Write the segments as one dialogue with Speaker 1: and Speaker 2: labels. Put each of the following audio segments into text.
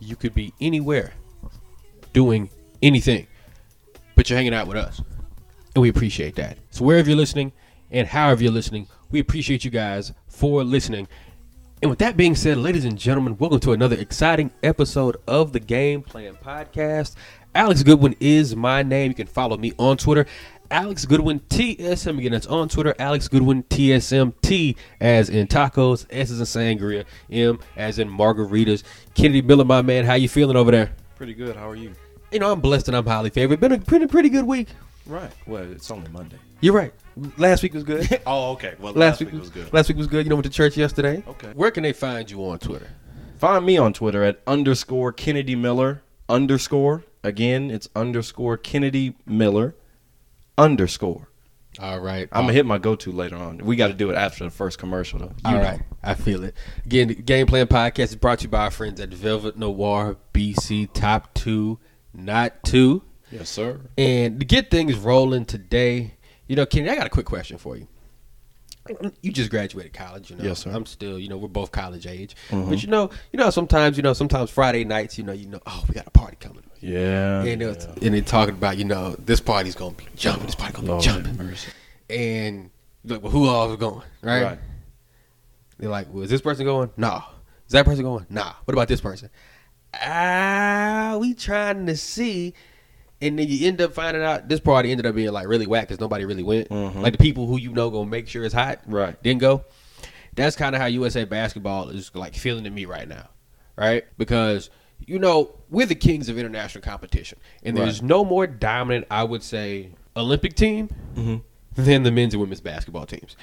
Speaker 1: You could be anywhere doing anything, but you're hanging out with us. And we appreciate that. So, wherever you're listening and however you're listening, we appreciate you guys for listening. And with that being said, ladies and gentlemen, welcome to another exciting episode of the Game Plan Podcast. Alex Goodwin is my name. You can follow me on Twitter, Alex Goodwin TSM. Again, that's on Twitter, Alex Goodwin TSM. T as in tacos, S as in sangria, M as in margaritas. Kennedy Miller, my man, how you feeling over there?
Speaker 2: Pretty good. How are you?
Speaker 1: You know, I'm blessed and I'm highly favored. Been a pretty pretty good week.
Speaker 2: Right. Well, it's only Monday.
Speaker 1: You're right. Last week was good.
Speaker 2: Oh, okay. Well,
Speaker 1: last, week, was good. Last week was good. You know, went to church yesterday.
Speaker 2: Okay.
Speaker 1: Where can they find you on Twitter?
Speaker 2: Find me on Twitter at underscore Kennedy Miller underscore. Again, it's underscore Kennedy Miller underscore.
Speaker 1: All right.
Speaker 2: I'm gonna hit my go-to later on. We got to do it after the first commercial, though.
Speaker 1: All right, I feel it. Again, the Game Plan Podcast is brought to you by our friends at Velvet Noir BC Top 2, Not 2.
Speaker 2: Yes, sir.
Speaker 1: And to get things rolling today, you know, Kenny, I got a quick question for you. You just graduated college, you know.
Speaker 2: Yes, sir. Mm-hmm.
Speaker 1: I'm still, you know, we're both college age. But you know, you know, sometimes, you know, sometimes Friday nights, you know, you know, oh, we got a party coming.
Speaker 2: Yeah.
Speaker 1: And, it's- and they're talking about, you know, this party's gonna be jumping, this party gonna
Speaker 2: Lord
Speaker 1: be jumping.
Speaker 2: have mercy.
Speaker 1: And you're like, well, who all is going? Right?
Speaker 2: Right.
Speaker 1: They're like, well, is this person going? Nah. Is that person going? Nah. What about this person? Ah, we trying to see. And then you end up finding out this party ended up being like really whack because nobody really went. Like the people who you know gonna make sure it's hot,
Speaker 2: Right.
Speaker 1: Didn't go. That's kind of how USA basketball is like feeling to me right now, right? Because you know we're the kings of international competition, and there's no more dominant, I would say, Olympic team than the men's and women's basketball teams.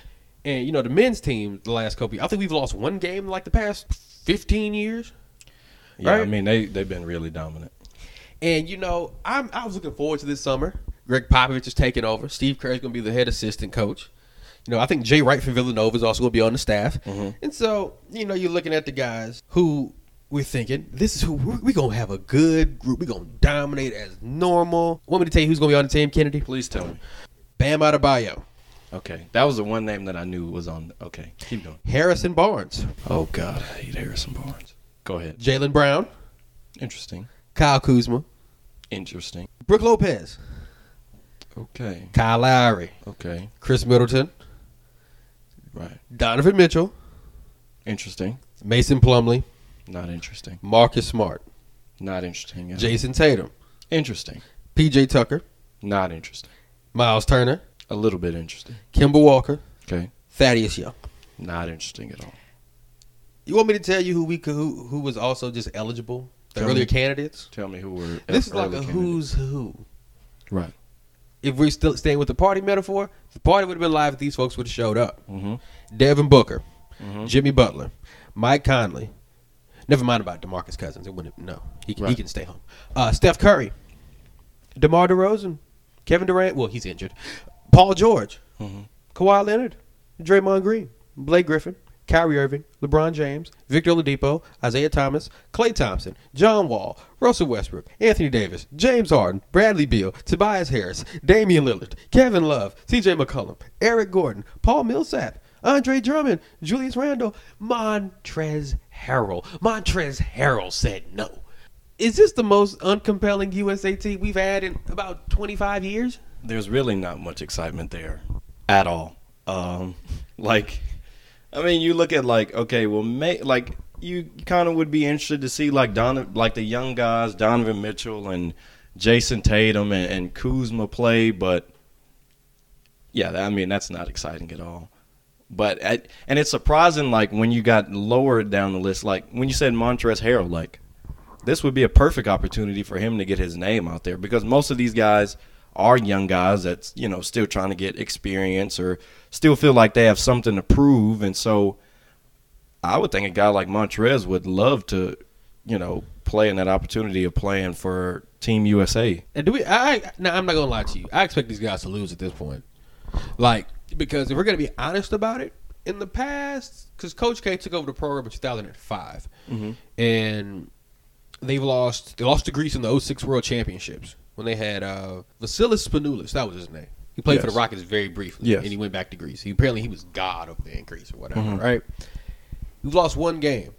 Speaker 1: And you know the men's team, the last couple, I think we've lost one game in, like the past fifteen years.
Speaker 2: Yeah. I
Speaker 1: Right.
Speaker 2: mean, they they've been really dominant.
Speaker 1: And you know, I'm I was looking forward to this summer. Greg Popovich is taking over. Steve Kerr is going to be the head assistant coach. You know, I think Jay Wright from Villanova is also going to be on the staff. And so, you know, you're looking at the guys who we're thinking this is who we're, we going to have a good group. We're going to dominate as normal. Want me to tell you who's going to be on the team, Kennedy?
Speaker 2: Please tell me.
Speaker 1: Bam Adebayo,
Speaker 2: Okay, that was the one name that I knew was on. Okay, keep going.
Speaker 1: Harrison Barnes,
Speaker 2: Oh God, I hate Harrison Barnes. Go ahead.
Speaker 1: Jalen Brown,
Speaker 2: Interesting.
Speaker 1: Kyle Kuzma,
Speaker 2: Interesting.
Speaker 1: Brooke Lopez,
Speaker 2: Okay.
Speaker 1: Kyle Lowry,
Speaker 2: Okay.
Speaker 1: Chris Middleton,
Speaker 2: Right.
Speaker 1: Donovan Mitchell,
Speaker 2: Interesting.
Speaker 1: Mason Plumley,
Speaker 2: Not interesting.
Speaker 1: Marcus Smart,
Speaker 2: Not interesting. Yeah.
Speaker 1: Jason Tatum,
Speaker 2: interesting.
Speaker 1: PJ Tucker,
Speaker 2: Not interesting.
Speaker 1: Miles Turner,
Speaker 2: A little bit interesting.
Speaker 1: Kimber Walker,
Speaker 2: Okay.
Speaker 1: Thaddeus Young.
Speaker 2: Not interesting at all.
Speaker 1: You want me to tell you who we could, who who was also just eligible? The
Speaker 2: Tell
Speaker 1: earlier
Speaker 2: me.
Speaker 1: candidates.
Speaker 2: Tell me who were.
Speaker 1: This is like a
Speaker 2: early candidates.
Speaker 1: who's who.
Speaker 2: Right.
Speaker 1: If we're still staying with the party metaphor, the party would have been live if these folks would have showed up.
Speaker 2: Mhm.
Speaker 1: Devin Booker,
Speaker 2: Mm-hmm.
Speaker 1: Jimmy Butler, Mike Conley. Never mind about Demarcus Cousins. It wouldn't. No, he can, he
Speaker 2: Right.
Speaker 1: can stay home. Uh, Steph Curry, DeMar DeRozan, Kevin Durant. Well, he's injured. Paul George,
Speaker 2: Mm-hmm.
Speaker 1: Kawhi Leonard, Draymond Green, Blake Griffin, Kyrie Irving, LeBron James, Victor Oladipo, Isaiah Thomas, Klay Thompson, John Wall, Russell Westbrook, Anthony Davis, James Harden, Bradley Beal, Tobias Harris, Damian Lillard, Kevin Love, C.J. McCollum, Eric Gordon, Paul Millsap, Andre Drummond, Julius Randle, Montrez Harrell. Montrez Harrell said no. Is this the most uncompelling USA team we've had in about 25 years?
Speaker 2: There's really not much excitement there, at all. Um, like, I mean, you look at like okay, well, may, like you kind of would be interested to see like Don, like the young guys, Donovan Mitchell and Jason Tatum and, and Kuzma play, but yeah, that- I mean that's not exciting at all. But I, and it's surprising, like when you got lower down the list, like when you said Montrezl Harrell, like this would be a perfect opportunity for him to get his name out there because most of these guys are young guys that's you know still trying to get experience or still feel like they have something to prove, and so I would think a guy like Montrez would love to, you know, play in that opportunity of playing for Team USA.
Speaker 1: And do we? I I- now I'm not gonna lie to you. I expect these guys to lose at this point, like because if we're gonna be honest about it, in the past, because Coach K took over the program in 2005,
Speaker 2: Mm-hmm.
Speaker 1: and they've oh lost. They lost to Greece in the 06 World Championships when they had uh, Vasilis Panoulis. That was his name. He played for
Speaker 2: Yes.
Speaker 1: the Rockets very briefly,
Speaker 2: Yes. Mm-hmm.
Speaker 1: and he went back to Greece. He, apparently, he was god over there in Greece or whatever, right? We've lost one game.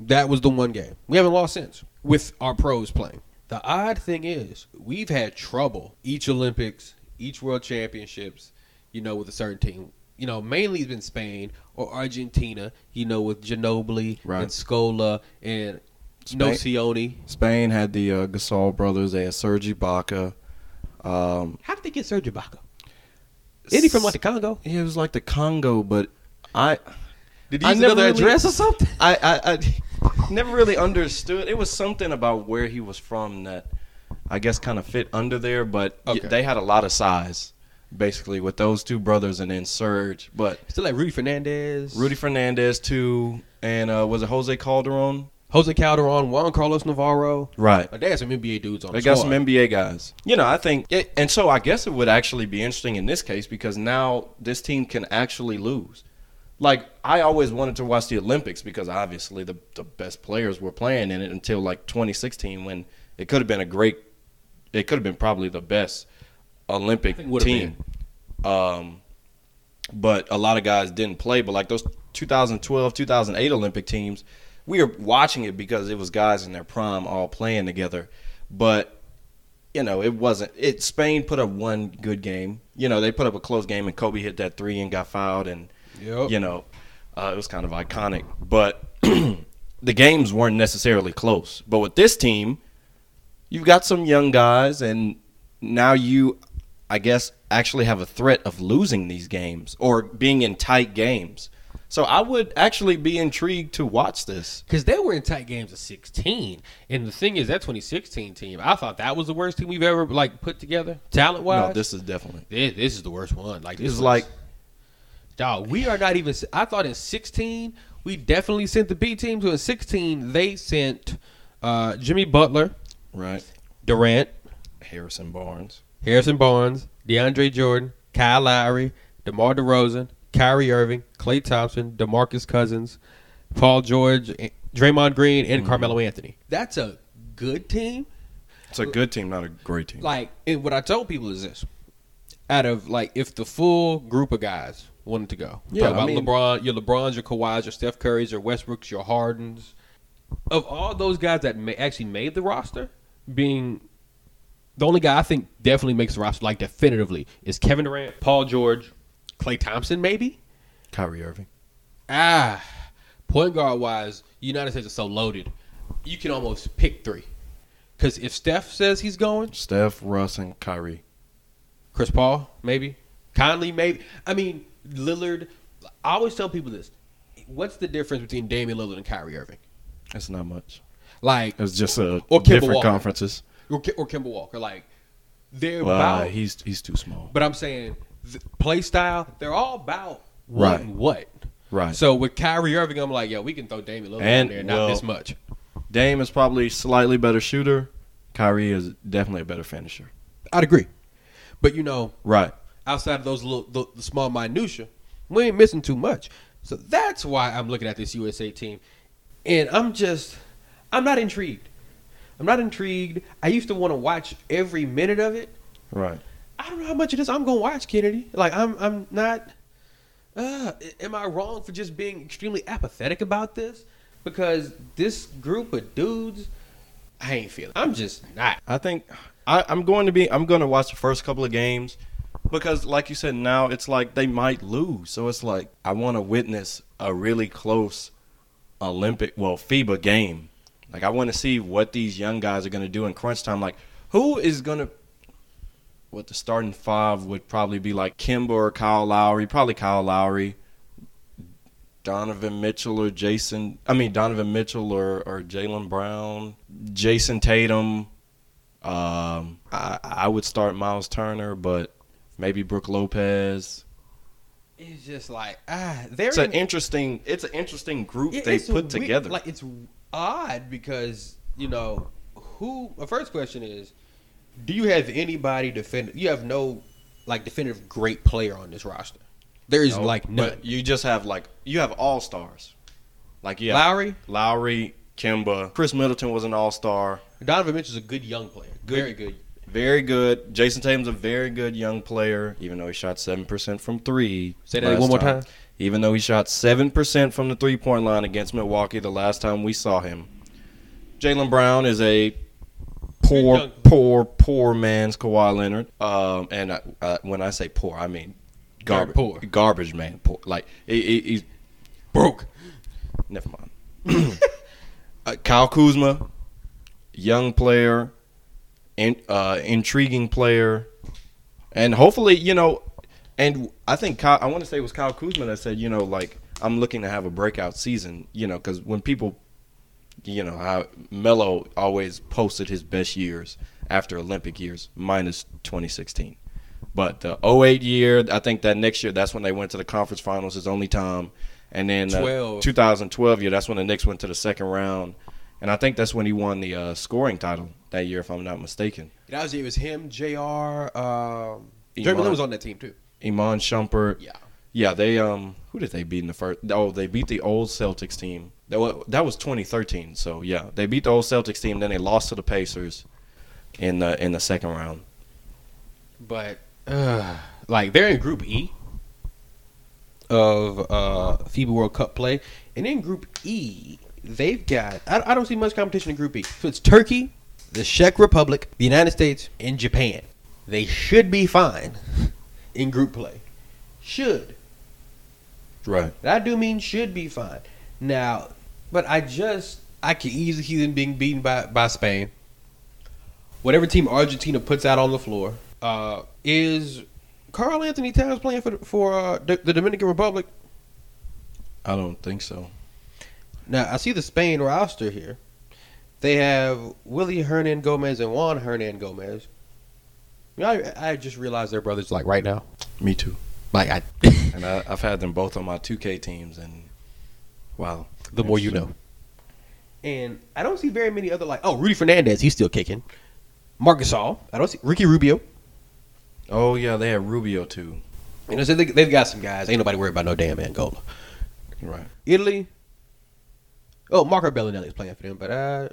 Speaker 1: That was the one game we haven't lost since with our pros playing. The odd thing is, we've had trouble each Olympics, each World Championships, you know, with a certain team. You know, mainly it's been Spain or Argentina. You know, with Ginobili
Speaker 2: Right.
Speaker 1: and Scola and Nocioni.
Speaker 2: Spain had the uh, Gasol brothers. They had Sergi Baca. Um,
Speaker 1: How did they get Serge Ibaka? Is he from like the Congo?
Speaker 2: it was like the Congo, but I
Speaker 1: Did
Speaker 2: I never really-
Speaker 1: or something?
Speaker 2: I, I, I never really understood. It was something about where he was from that I guess kind of fit under there, but y-
Speaker 1: Okay.
Speaker 2: they had a lot of size, basically, with those two brothers and then Serge. But
Speaker 1: Still like Rudy Fernandez,
Speaker 2: Rudy Fernandez, too, and uh, was it Jose Calderon?
Speaker 1: Jose Calderon, Juan Carlos Navarro.
Speaker 2: Right.
Speaker 1: Like, they had some NBA dudes on.
Speaker 2: They
Speaker 1: the
Speaker 2: got
Speaker 1: squad.
Speaker 2: some NBA guys. You know, I think, it, and so I guess it would actually be interesting in this case because now this team can actually lose. Like I always wanted to watch the Olympics because obviously the the best players were playing in it until like 2016 when it could have been a great, it could have been probably the best Olympic
Speaker 1: I think it would have
Speaker 2: team. Um, but a lot of guys didn't play. But like those 2012, 2008 Olympic teams, we were watching it because it was guys in their prime all playing together. But you know, it wasn't. It Spain put up one good game. You know, they put up a close game, and Kobe hit that three and got fouled, and
Speaker 1: Yep.
Speaker 2: you know, uh, it was kind of iconic. But the games weren't necessarily close. But with this team, you've got some young guys, and now you, I guess, actually have a threat of losing these games or being in tight games. So I would actually be intrigued to watch this.
Speaker 1: Because they were in tight games of 16. And the thing is, that 2016 team, I thought that was the worst team we've ever like put together, talent wise.
Speaker 2: No, this is definitely.
Speaker 1: this, this is the worst one. Like this
Speaker 2: It's
Speaker 1: is
Speaker 2: like-
Speaker 1: dog. We are not even. I thought in 16 we definitely sent the B team to. In 16 they sent uh, Jimmy Butler,
Speaker 2: Right.
Speaker 1: Durant,
Speaker 2: Harrison Barnes.
Speaker 1: Harrison Barnes, DeAndre Jordan, Kyle Lowry, DeMar DeRozan, Kyrie Irving, Klay Thompson, DeMarcus Cousins, Paul George, A- Draymond Green, and Carmelo Anthony. Mm-hmm. That's a good team.
Speaker 2: It's a good team, not a great team.
Speaker 1: Like, and what I told people is this: out of like, if the full group of guys wanted to go,
Speaker 2: Yeah,
Speaker 1: yeah,
Speaker 2: I
Speaker 1: about
Speaker 2: mean-
Speaker 1: LeBron, your LeBrons, your Kawhis, your Steph Currys, your Westbrooks, your Hardens, of all those guys that ma- actually made the roster, being the only guy I think definitely makes the roster like definitively is Kevin Durant, Paul George, Clay Thompson, maybe.
Speaker 2: Kyrie Irving.
Speaker 1: Ah, point guard wise, United States is so loaded, you can almost pick three. Because if Steph says he's going,
Speaker 2: Steph, Russ, and Kyrie.
Speaker 1: Chris Paul, maybe. Conley, maybe. I mean, Lillard. I always tell people this. What's the difference between Damian Lillard and Kyrie Irving?
Speaker 2: That's not much.
Speaker 1: Like,
Speaker 2: It's just a
Speaker 1: Or Kemba
Speaker 2: different
Speaker 1: Walker.
Speaker 2: conferences.
Speaker 1: or, Ki- or Kimball Walker. Like, they're
Speaker 2: Well,
Speaker 1: about.
Speaker 2: he's he's too small.
Speaker 1: but I'm saying, the play style, they're all about what
Speaker 2: Right.
Speaker 1: and what.
Speaker 2: Right.
Speaker 1: So with Kyrie Irving, I'm like, yo, we can throw Damian Lillard
Speaker 2: And,
Speaker 1: in there, not
Speaker 2: well,
Speaker 1: this much.
Speaker 2: Dame is probably slightly better shooter. Kyrie is definitely a better finisher.
Speaker 1: I'd agree. But, you know,
Speaker 2: Right.
Speaker 1: outside of those little the, the small minutia, we ain't missing too much. So that's why I'm looking at this USA team, and I'm just I'm not intrigued. I'm not intrigued. I used to want to watch every minute of it.
Speaker 2: Right.
Speaker 1: I don't know how much of this I'm gonna watch, Kennedy. Like I'm I'm not. Uh, a- am I wrong for just being extremely apathetic about this? Because this group of dudes, I ain't feeling. I'm just not.
Speaker 2: I think I, I'm going to be I'm going to watch the first couple of games because like you said now it's like they might lose. So it's like I want to witness a really close Olympic well FIBA game. Like I want to see what these young guys are going to do in crunch time like who is going to what the starting five would probably be like Kimber or Kyle Lowry, probably Kyle Lowry, Donovan Mitchell or Jason. I mean Donovan Mitchell or or Jalen Brown, Jason Tatum. Um, I I would start Miles Turner, but maybe Brooke Lopez.
Speaker 1: It's just like ah, they're
Speaker 2: It's
Speaker 1: in-
Speaker 2: an interesting. It's an interesting group
Speaker 1: Yeah,
Speaker 2: they
Speaker 1: it's a
Speaker 2: put
Speaker 1: weird-
Speaker 2: together.
Speaker 1: Like it's odd because you know who. My first question is, do you have anybody defend? You have no like definitive great player on this roster. There is
Speaker 2: No,
Speaker 1: like none.
Speaker 2: But you just have like you have all stars. Like yeah,
Speaker 1: Lowry,
Speaker 2: Lowry, Kimba, Chris Middleton was an all star.
Speaker 1: Donovan Mitchell's a good young player, very good.
Speaker 2: Very good. Jason Tatum's a very good young player, even though he shot seven percent from three.
Speaker 1: Say that
Speaker 2: last
Speaker 1: one more time.
Speaker 2: Even though he shot seven percent from the three point line against Milwaukee the last time we saw him. Jalen Brown is a poor,
Speaker 1: Good dunk.
Speaker 2: poor, poor man's Kawhi Leonard. Um, and I, uh, when I say poor, I mean
Speaker 1: Gar-
Speaker 2: garbage,
Speaker 1: poor.
Speaker 2: garbage man, poor. Like he, he, he's
Speaker 1: Broke.
Speaker 2: never mind. uh, Kyle Kuzma, young player, in, uh, intriguing player, and hopefully, you know, and I think Kyle, I want to say it was Kyle Kuzma that said, you know, like I'm looking to have a breakout season, you know, because when people, you know, how Melo always posted his best years after Olympic years, minus 2016. But the 08 year, I think that next year, that's when they went to the conference finals. His only time, and then uh,
Speaker 1: Twelve.
Speaker 2: 2012 year, that's when the Knicks went to the second round, and I think that's when he won the uh, scoring title that year, if I'm not mistaken.
Speaker 1: That was it. Was him, Jr. Um,
Speaker 2: Iman.
Speaker 1: Jeremy Lin was on that team too.
Speaker 2: Iman Shumpert.
Speaker 1: Yeah.
Speaker 2: Yeah, they um who did they beat in the first oh, they beat the old Celtics team. That was, that was 2013, so yeah. They beat the old Celtics team then they lost to the Pacers in the in the second round.
Speaker 1: But uh, like they're in Group E of uh, FIBA World Cup play, and in Group E they've got I, I don't see much competition in Group E. So it's Turkey, the Czech Republic, the United States, and Japan. They should be fine in group play. Should.
Speaker 2: Right.
Speaker 1: That I do mean should be fine. Now, but I just I can easily see them being beaten by by Spain. Whatever team Argentina puts out on the floor uh, is Carl Anthony Towns playing for for uh, the, the Dominican Republic.
Speaker 2: I don't think so.
Speaker 1: Now I see the Spain roster here. They have Willie Hernan Gomez and Juan Hernan Gomez. I, I just realized they're brothers like right now.
Speaker 2: Me too.
Speaker 1: Like I,
Speaker 2: And I, I've had them both on my 2K teams and wow.
Speaker 1: the more you know. And I don't see very many other like oh Rudy Fernandez, he's still kicking. Marcus All, I don't see Ricky Rubio.
Speaker 2: Oh yeah, they had Rubio too.
Speaker 1: You know, so they, they've got some guys. Ain't nobody worried about no damn Angola.
Speaker 2: Right.
Speaker 1: Italy. Oh, Marco Bellinelli's playing for them, but uh,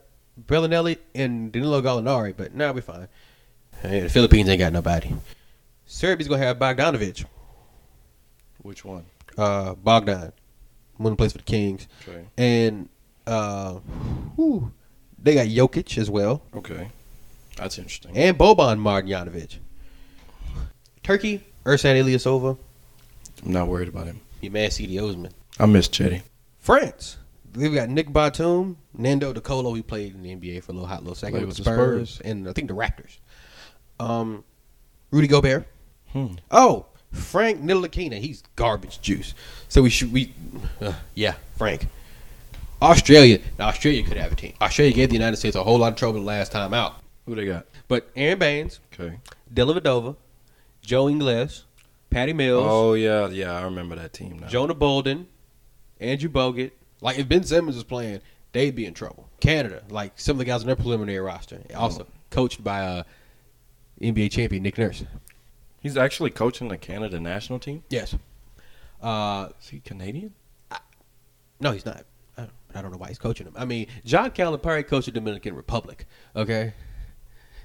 Speaker 1: Bellinelli and Danilo Gallinari, but now nah, we fine. Hey, the Philippines ain't got nobody. Serbia's gonna have Bogdanovic,
Speaker 2: Which one?
Speaker 1: uh, Bogdan, one who plays for the Kings,
Speaker 2: Trey.
Speaker 1: and uh, whew, they got Jokic as well.
Speaker 2: Okay. That's interesting.
Speaker 1: and Boban Marjanovic. Turkey, Ersan Ilyasova,
Speaker 2: I'm not worried about him.
Speaker 1: your man CD Osman.
Speaker 2: I miss Chetty.
Speaker 1: France, they've got Nick Batum, Nando DiColo, he played in the NBA for a little hot little second
Speaker 2: Played
Speaker 1: with the
Speaker 2: with the
Speaker 1: Spurs, and I think the Raptors. Um, Rudy Gobert.
Speaker 2: Hmm.
Speaker 1: Oh, Frank Nilakina, he's garbage juice. So we should we, uh, yeah, Frank. Australia, now Australia could have a team. Australia gave the United States a whole lot of trouble the last time out,
Speaker 2: Who they got?
Speaker 1: but Aaron Baines,
Speaker 2: Okay.
Speaker 1: Della Vadova, Joe Ingles, Patty Mills,
Speaker 2: Oh yeah, yeah, I remember that team now.
Speaker 1: Jonah Bolden, Andrew Bogut. Like if Ben Simmons was playing, they'd be in trouble. Canada, like some of the guys on their preliminary roster, also
Speaker 2: Mm-hmm.
Speaker 1: coached by uh, NBA champion Nick Nurse.
Speaker 2: He's actually coaching the Canada national team.
Speaker 1: Yes. Uh,
Speaker 2: Is he Canadian?
Speaker 1: no, he's not. I don't, I don't know why he's coaching them. I mean, John Calipari coached the Dominican Republic. Okay.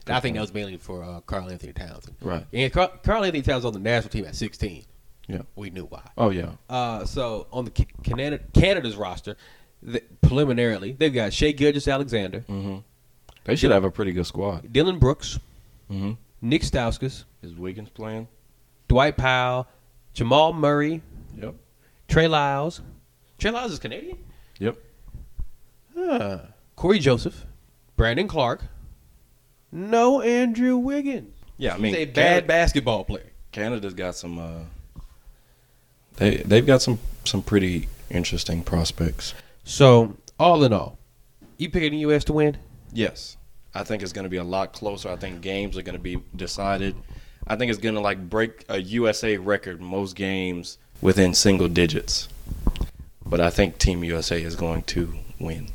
Speaker 1: I think that was mainly for uh, Carl Anthony Towns.
Speaker 2: Right.
Speaker 1: And Carl, Carl Anthony Towns on the national team at 16.
Speaker 2: Yeah.
Speaker 1: We knew why.
Speaker 2: Oh yeah.
Speaker 1: Uh, so on the Ca- Canada, Canada's roster, the, preliminarily they've got Shea Gilgis Alexander,
Speaker 2: Mm-hmm. They should have a pretty good squad.
Speaker 1: Dylan Brooks,
Speaker 2: Mm-hmm.
Speaker 1: Nick Stauskas,
Speaker 2: Is Wiggins playing?
Speaker 1: Dwight Powell, Jamal Murray,
Speaker 2: Yep.
Speaker 1: Trey Lyles. Trey Lyles is Canadian.
Speaker 2: Yep.
Speaker 1: Huh. Corey Joseph, Brandon Clark. No Andrew Wiggins.
Speaker 2: Yeah, I mean,
Speaker 1: He's a bad
Speaker 2: Canada-
Speaker 1: basketball player.
Speaker 2: Canada's got some. Uh, they they've got some some pretty interesting prospects.
Speaker 1: So all in all, you picking the U.S. to win?
Speaker 2: Yes, I think it's going to be a lot closer. I think games are going to be decided. I think it's going to like break a USA record most games within single digits. But I think Team USA is going to win.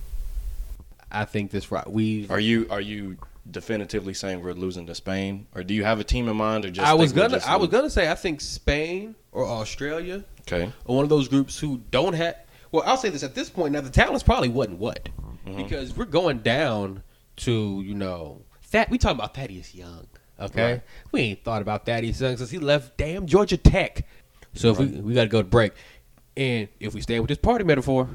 Speaker 1: I think this right. We
Speaker 2: Are you are you definitively saying we're losing to Spain, or do you have a team in mind, or just
Speaker 1: I was
Speaker 2: think we're
Speaker 1: gonna
Speaker 2: just
Speaker 1: I was
Speaker 2: losing?
Speaker 1: gonna say I think Spain or Australia
Speaker 2: okay.
Speaker 1: or one of those groups who don't have. Well, I'll say this at this point. Now the talents probably wasn't what
Speaker 2: Mm-hmm.
Speaker 1: because we're going down to you know that we talking about Thaddeus Young, Okay,
Speaker 2: Right.
Speaker 1: we ain't thought about that. He's young since he left damn Georgia Tech. So if we we got to go to break, and if we stay with this party metaphor,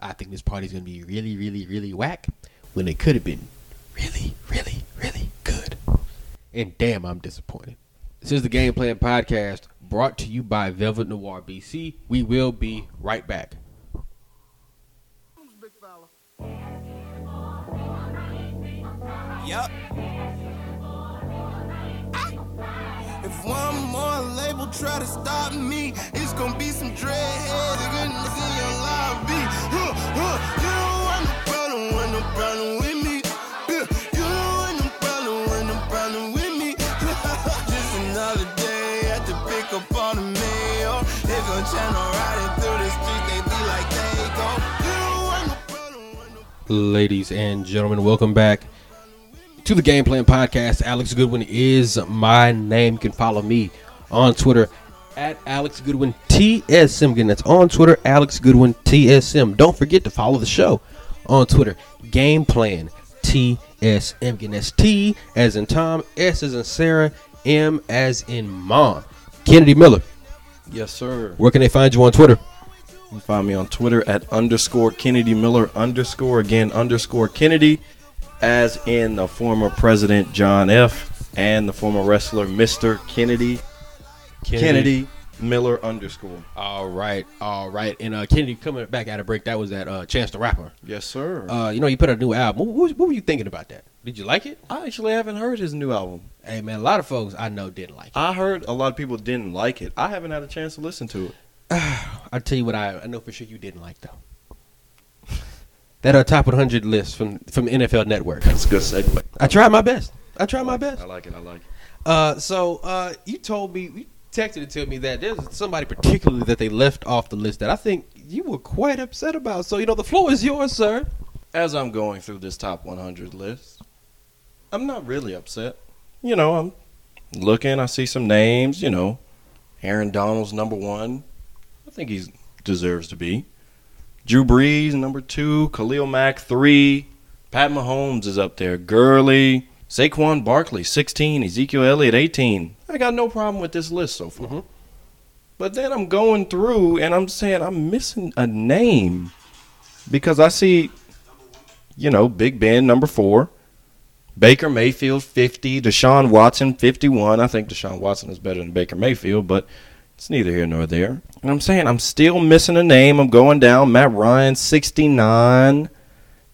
Speaker 1: I think this party's gonna be really, really, really whack when it could have been really, really, really good. And damn, I'm disappointed. This is the Game Plan Podcast brought to you by Velvet Noir BC. We will be right back.
Speaker 3: Yup. If one more label try to stop me, it's gonna be some dreadheads goodness in your lobby. Huh, huh, you don't want no problem, want no problem with me. Yeah, You don't want no problem, want no problem with me. Just another day at the pick up on the mail. They gon' channel riding through the streets, they be like they go. You don't want no problem, want no
Speaker 1: Ladies and gentlemen, welcome back to the Game Plan Podcast. Alex Goodwin is my name. You can follow me on Twitter at Alex Goodwin TSM. Again, that's on Twitter, Alex Goodwin TSM. Don't forget to follow the show on Twitter, Game Plan TSM. Again, that's T as in Tom, S as in Sarah, M as in Mom. Kennedy Miller,
Speaker 2: Yes, sir.
Speaker 1: where can they find you on Twitter?
Speaker 2: You can find me on Twitter at underscore Kennedy Miller underscore again underscore Kennedy, as in the former president John F. and the former wrestler Mr. Kennedy Kennedy, Miller underscore.
Speaker 1: All right, all right. And uh, Kennedy coming back out of break. That was that uh, Chance the Rapper.
Speaker 2: Yes, sir.
Speaker 1: Uh, you know, you put out a new album. What, what, what were you thinking about that? Did you like it?
Speaker 2: I actually haven't heard his new album.
Speaker 1: Hey, man, a lot of folks I know didn't like it.
Speaker 2: I heard a lot of people didn't like it. I haven't had a chance to listen to it.
Speaker 1: I'll tell you what I, I know for sure you didn't like, though. That uh, top 100 list from, from NFL Network.
Speaker 2: That's a good segue.
Speaker 1: I tried my best. I tried my best.
Speaker 2: I like it. I like it.
Speaker 1: Uh, so uh, you told me, you texted it to me that there's somebody particularly that they left off the list that I think you were quite upset about. So, you know, the floor is yours, sir.
Speaker 2: As I'm going through this top 100 list, I'm not really upset. You know, I'm looking. I see some names. You know, Aaron Donald's number one. I think he deserves to be. Drew Brees number two. Khalil Mack three. Pat Mahomes is up there. Gurley. Saquon Barkley 16. Ezekiel Elliott 18. I got no problem with this list so far. But then I'm going through and I'm saying I'm missing a name because I see, you know, Big Ben number four, Baker Mayfield 50, Deshaun Watson 51. I think Deshaun Watson is better than Baker Mayfield, but it's neither here nor there. And I'm saying I'm still missing a name. I'm going down. Matt Ryan 69,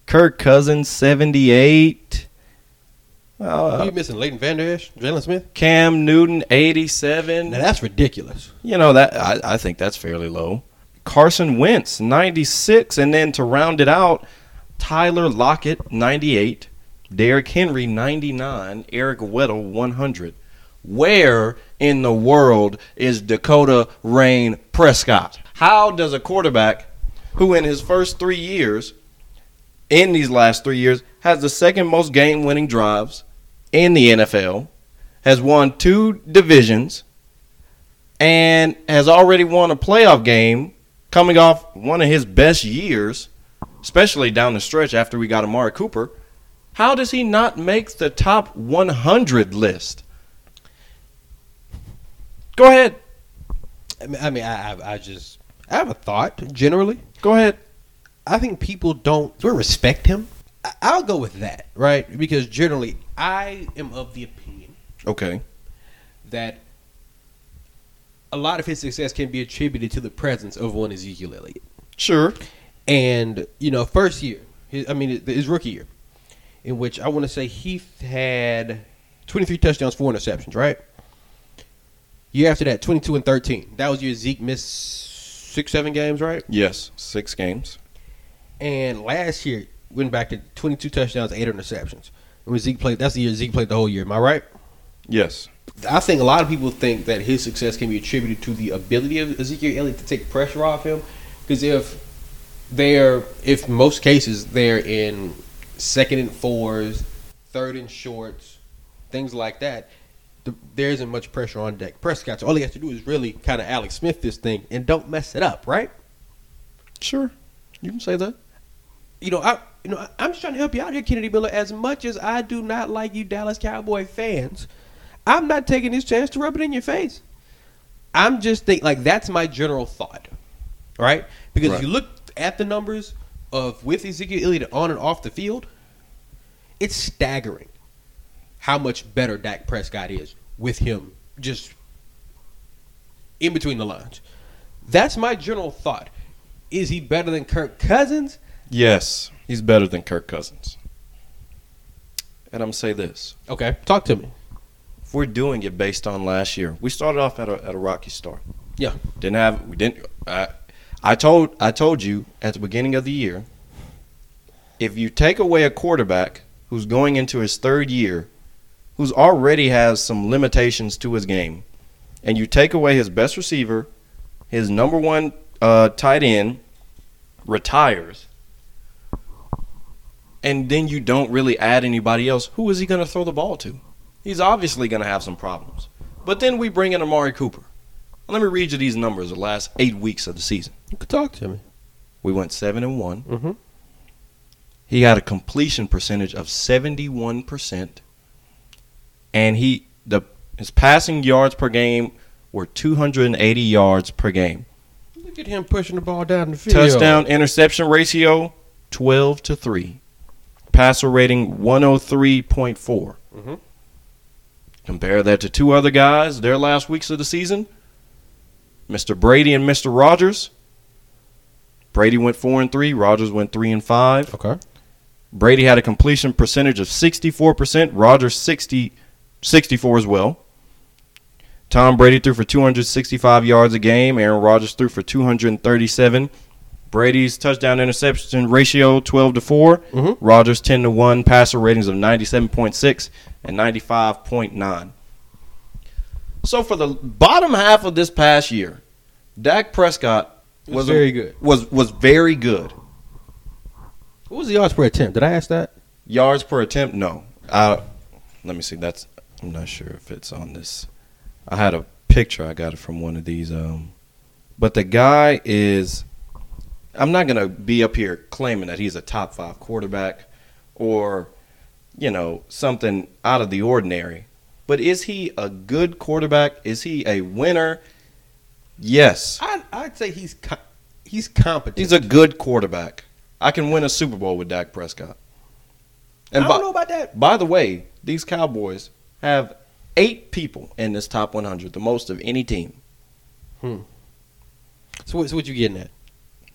Speaker 2: Kirk Cousins 78.
Speaker 1: Who
Speaker 2: Uh,
Speaker 1: you missing Leighton Vander Esch, Jalen Smith?
Speaker 2: Cam Newton 87.
Speaker 1: Now, that's ridiculous.
Speaker 2: You know that I, I think that's fairly low. Carson Wentz, ninety six, and then to round it out, Tyler Lockett, ninety eight, Derrick Henry, ninety nine, Eric Weddle, one hundred. Where in the world is Dakota Rain Prescott? How does a quarterback who in his first three years, in these last three years, has the second most game winning drives in the NFL, has won two divisions, and has already won a playoff game coming off one of his best years, especially down the stretch after we got Amari Cooper. How does he not make the top 100 list? Go ahead.
Speaker 1: I mean, I, mean, I, I, I just I have a thought generally.
Speaker 2: Go ahead.
Speaker 1: I think people don't we respect him. I, I'll go with that, right? Because generally, I am of the opinion
Speaker 2: Okay.
Speaker 1: that a lot of his success can be attributed to the presence of one Ezekiel Elliott.
Speaker 2: Sure.
Speaker 1: And you know, first year, his, I mean, his rookie year, in which I want to say he had twenty three touchdowns, four interceptions, right? Year after that, twenty two and thirteen. That was your Zeke missed six, seven games, right?
Speaker 2: Yes. Six games.
Speaker 1: And last year went back to 22 touchdowns, eight interceptions. When Zeke played, that's the year Zeke played the whole year. Am I right?
Speaker 2: Yes.
Speaker 1: I think a lot of people think that his success can be attributed to the ability of Ezekiel Elliott to take pressure off him. Because if they're, if most cases they're in second and fours, third and shorts, things like that, th- there isn't much pressure on Dak Prescott. So all he has to do is really kind of Alex Smith this thing and don't mess it up, right?
Speaker 2: Sure. You can say that.
Speaker 1: you know, I you know, I- I'm just trying to help you out here, Kennedy Miller. As much as I do not like you, Dallas Cowboy fans, I'm not taking this chance to rub it in your face. I'm just think like that's my general thought, right? Because
Speaker 2: Right.
Speaker 1: if you look at the numbers of with Ezekiel Elliott on and off the field, it's staggering how much better Dak Prescott is with him just in between the lines. That's my general thought. Is he better than Kirk Cousins?
Speaker 2: Yes, he's better than Kirk Cousins. And I'm gonna say this:
Speaker 1: Okay, talk to me.
Speaker 2: if we're doing it based on last year, we started off at a at a rocky start.
Speaker 1: Yeah.
Speaker 2: Didn't have we didn't. I, I told I told you at the beginning of the year. If you take away a quarterback who's going into his third year, who's already has some limitations to his game, and you take away his best receiver, his number one uh, tight end retires, and then you don't really add anybody else, who is he going to throw the ball to? He's obviously going to have some problems. But then we bring in Amari Cooper. Let me read you these numbers the last eight weeks of the season.
Speaker 1: You could talk to me.
Speaker 2: We went seven and one.
Speaker 1: Mm-hmm.
Speaker 2: He had a completion percentage of seventy one percent, and he the his passing yards per game were two hundred and eighty yards per game.
Speaker 1: Look at him pushing the ball down the field.
Speaker 2: Touchdown interception ratio twelve to three, passer rating one hundred three point four.
Speaker 1: Mhm.
Speaker 2: Compare that to two other guys their last weeks of the season, Mr. Brady and Mr. Rogers. Brady went four and three. Rogers went three and five.
Speaker 1: Okay.
Speaker 2: Brady had a completion percentage of 64%, Rogers 60, 64 as well. Tom Brady threw for 265 yards a game, Aaron Rodgers threw for 237. Brady's touchdown interception ratio 12 to 4,
Speaker 1: Mhm.
Speaker 2: Rogers 10 to 1, passer ratings of 97.6 and 95.9. So for the bottom half of this past year, Dak Prescott
Speaker 1: Was very good.
Speaker 2: Was was very good.
Speaker 1: What was the odds per attempt? Did I ask that?
Speaker 2: Yards per attempt? No. I, let me see. That's I'm not sure if it's on this. I had a picture. I got it from one of these. Um, but the guy is. I'm not gonna be up here claiming that he's a top five quarterback, or, you know, something out of the ordinary. But is he a good quarterback? Is he a winner? Yes,
Speaker 1: I, I'd say he's co- he's competent.
Speaker 2: he's a good quarterback. I can win a Super Bowl with Dak Prescott. And
Speaker 1: I
Speaker 2: by-
Speaker 1: don't know about that.
Speaker 2: by the way, these Cowboys have eight people in this top 100, the most of any team.
Speaker 1: So what, so what you getting at?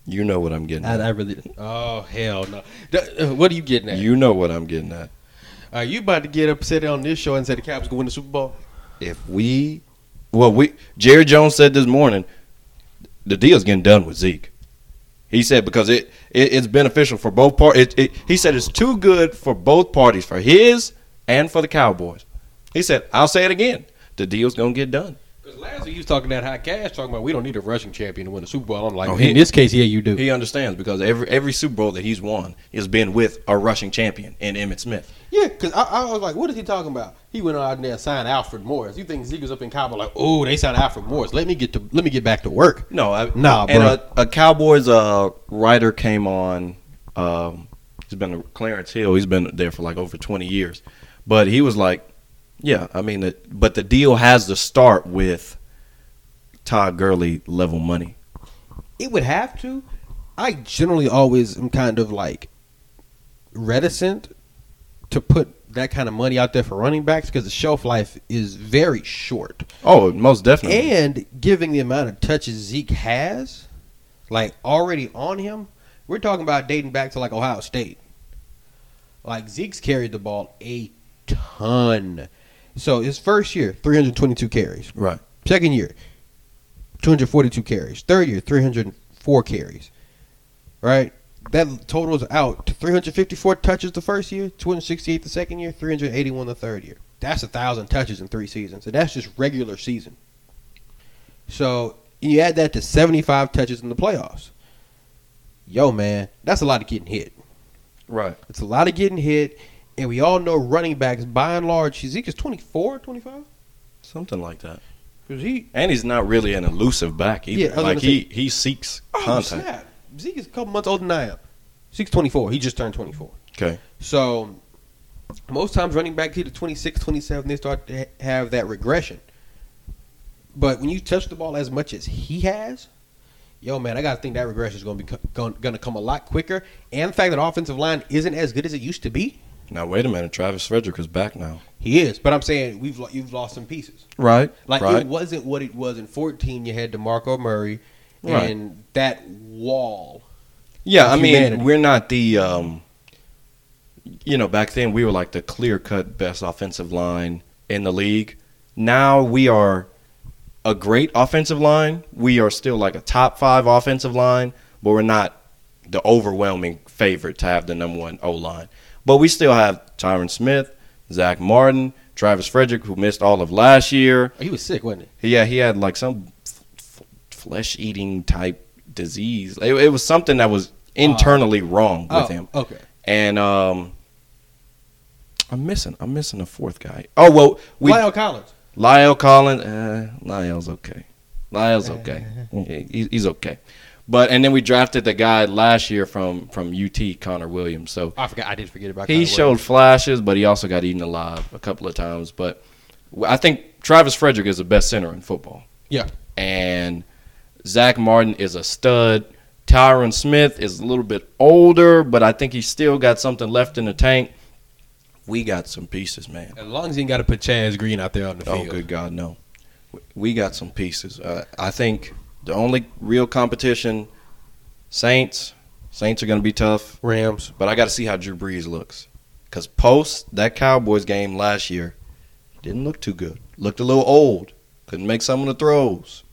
Speaker 2: You know what I'm getting
Speaker 1: I,
Speaker 2: at.
Speaker 1: I really. Oh hell no! D- uh, what are you getting at?
Speaker 2: You know what I'm getting at.
Speaker 1: are you about to get upset on this show and say the Cowboys gonna win the Super Bowl?
Speaker 2: If we, well, we, Jerry Jones said this morning, the deal's getting done with Zeke. He said because it, it it's beneficial for both parties. It, it, he said it's too good for both parties, for his and for the Cowboys. He said, I'll say it again, the deal's gonna get done.
Speaker 1: Because last week you was talking that high cash, talking about we don't need a rushing champion to win the Super Bowl. I'm like,
Speaker 2: Oh, he-
Speaker 1: in this case, yeah, you do.
Speaker 2: He understands because every every Super Bowl that he's won has been with a rushing champion in Emmett Smith.
Speaker 1: yeah, because I, I was like, what is he talking about? He went out there and signed Alfred Morris. You think Zeke was up in Cabo like, oh, they signed Alfred Morris. Let me get to let me get back to work.
Speaker 2: No, I,
Speaker 1: Nah,
Speaker 2: and
Speaker 1: bro.
Speaker 2: A, a Cowboys uh, writer came on. Um, he's been Clarence Hill. He's been there for like over twenty years, but he was like, "Yeah, I mean, it, but the deal has to start with Todd Gurley level money."
Speaker 1: It would have to. I generally always am kind of like reticent to put that kind of money out there for running backs because the shelf life is very short.
Speaker 2: Oh, most definitely.
Speaker 1: And giving the amount of touches Zeke has, like already on him, we're talking about dating back to like Ohio State. Like Zeke's carried the ball a ton. So his first year, 322 carries.
Speaker 2: right.
Speaker 1: Second year, 242 carries. Third year, 304 carries. Right? That totals out to 354 touches the first year, 268 the second year, 381 the third year. That's a thousand touches in three seasons, and that's just regular season. So you add that to 75 touches in the playoffs. Yo, man, that's a lot of getting hit.
Speaker 2: Right.
Speaker 1: It's a lot of getting hit, and we all know running backs, by and large, Zeke is 24, 25?
Speaker 2: Something like that.
Speaker 1: Because he,
Speaker 2: And he's not really an elusive back either.
Speaker 1: Yeah, I was
Speaker 2: like
Speaker 1: gonna
Speaker 2: he he seeks
Speaker 1: Oh,
Speaker 2: contact.
Speaker 1: snap. Zeke is a couple months older than I am. Zeke's 24. He just turned 24.
Speaker 2: Okay.
Speaker 1: So most times running back here to 26, 27, they start to ha- have that regression. But when you touch the ball as much as he has, yo, man, I got to think that regression is going to be going to come a lot quicker. And the fact that offensive line isn't as good as it used to be,
Speaker 2: Now wait a minute, Travis Frederick is back now.
Speaker 1: he is. But I'm saying we've lo- you've lost some pieces.
Speaker 2: Right.
Speaker 1: Like
Speaker 2: right.
Speaker 1: it wasn't what it was in 14. You had DeMarco Murray
Speaker 2: Right.
Speaker 1: and that wall.
Speaker 2: Yeah, I mean,
Speaker 1: humanity.
Speaker 2: we're not the, um, you know, back then we were like the clear cut best offensive line in the league. Now we are a great offensive line. We are still like a top five offensive line, but we're not the overwhelming favorite to have the number one O line. But we still have Tyron Smith, Zach Martin, Travis Frederick, who missed all of last year.
Speaker 1: He was sick, wasn't he?
Speaker 2: Yeah, he had like some f- f- flesh-eating type disease. It, it was something that was internally wrong with
Speaker 1: Oh,
Speaker 2: him.
Speaker 1: okay.
Speaker 2: And um, I'm missing. I'm missing a fourth guy. Oh well, we
Speaker 1: Lyle Collins.
Speaker 2: Lyle Collins. Uh, Lyle's okay. Lyle's okay.
Speaker 1: Eh.
Speaker 2: he, he's okay. But and then we drafted the guy last year from from UT, Connor Williams. So
Speaker 1: I forgot. I did forget about.
Speaker 2: he
Speaker 1: Connor
Speaker 2: showed flashes, but he also got eaten alive a couple of times. But I think Travis Frederick is the best center in football.
Speaker 1: Yeah.
Speaker 2: And Zach Martin is a stud. Tyron Smith is a little bit older, but I think he's still got something left in the tank. We got some pieces, man.
Speaker 1: As long as he ain't got to put Chaz Green out there on the
Speaker 2: Oh,
Speaker 1: field.
Speaker 2: good God, no. We- We got some pieces. Uh, I think the only real competition, Saints. Saints are going to be tough.
Speaker 1: Rams.
Speaker 2: But I got to see how Drew Brees looks. Because post that Cowboys game last year, didn't look too good. Looked a little old. Couldn't make some of the throws.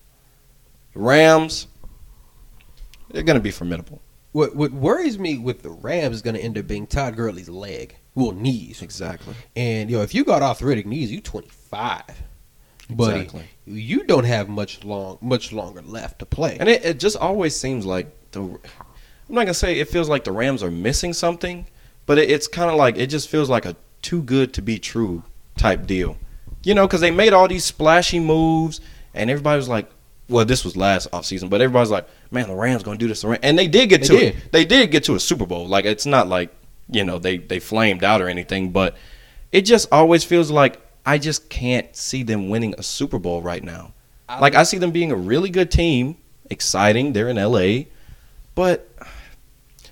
Speaker 2: Rams, they're going to be formidable.
Speaker 1: What what worries me with the Rams is going to end up being Todd Gurley's leg, well knees,
Speaker 2: Exactly.
Speaker 1: and yo, if you got arthritic knees, you twenty five, buddy.
Speaker 2: Exactly.
Speaker 1: You don't have much long much longer left to play.
Speaker 2: And it, it just always seems like the. I'm not going to say it feels like the Rams are missing something, but it, it's kind of like it just feels like a too good to be true type deal. You know, because they made all these splashy moves, and everybody was like, well, this was last offseason, but everybody's like, man, the Rams going to do this. the Ram-" And they did get
Speaker 1: They
Speaker 2: to
Speaker 1: did.
Speaker 2: it. They did get to a Super Bowl. Like, it's not like, you know, they, they flamed out or anything, but it just always feels like I just can't see them winning a Super Bowl right now. like, I see them being a really good team, exciting. They're in L.A., but.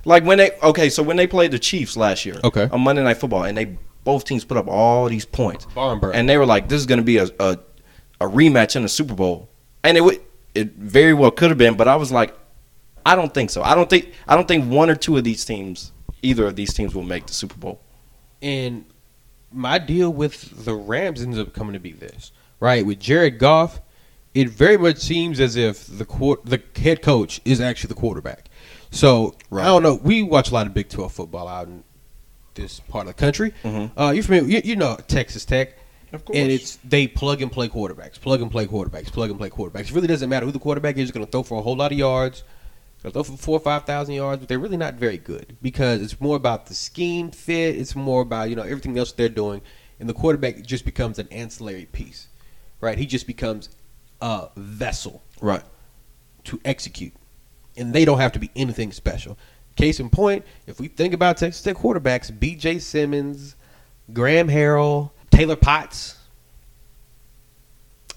Speaker 2: Like when they okay, so when they played the Chiefs last year,
Speaker 1: Okay.
Speaker 2: on Monday Night Football, and they both teams put up all these points,
Speaker 1: Barn burner.
Speaker 2: and they were like, "This is going to be a, a a rematch in the Super Bowl," and it would it very well could have been, but I was like, "I don't think so. I don't think I don't think one or two of these teams, either of these teams, will make the Super Bowl."
Speaker 1: And my deal with the Rams ends up coming to be this, right? With Jared Goff, it very much seems as if the quar- the head coach is actually the quarterback. So I don't know. We watch a lot of Big Twelve football out in this part of the country. Uh, you're familiar, you, you know Texas Tech.
Speaker 2: Of course.
Speaker 1: And it's they plug and play quarterbacks, plug and play quarterbacks, plug and play quarterbacks. It really doesn't matter who the quarterback is. He's going to throw for a whole lot of yards. They'll throw for four or five thousand yards, but they're really not very good because it's more about the scheme fit. It's more about you know everything else they're doing, and the quarterback just becomes an ancillary piece, right? He just becomes a vessel,
Speaker 2: Right.
Speaker 1: to execute, and they don't have to be anything special. Case in point, if we think about Texas Tech quarterbacks, B.J. Simmons, Graham Harrell, Taylor Potts,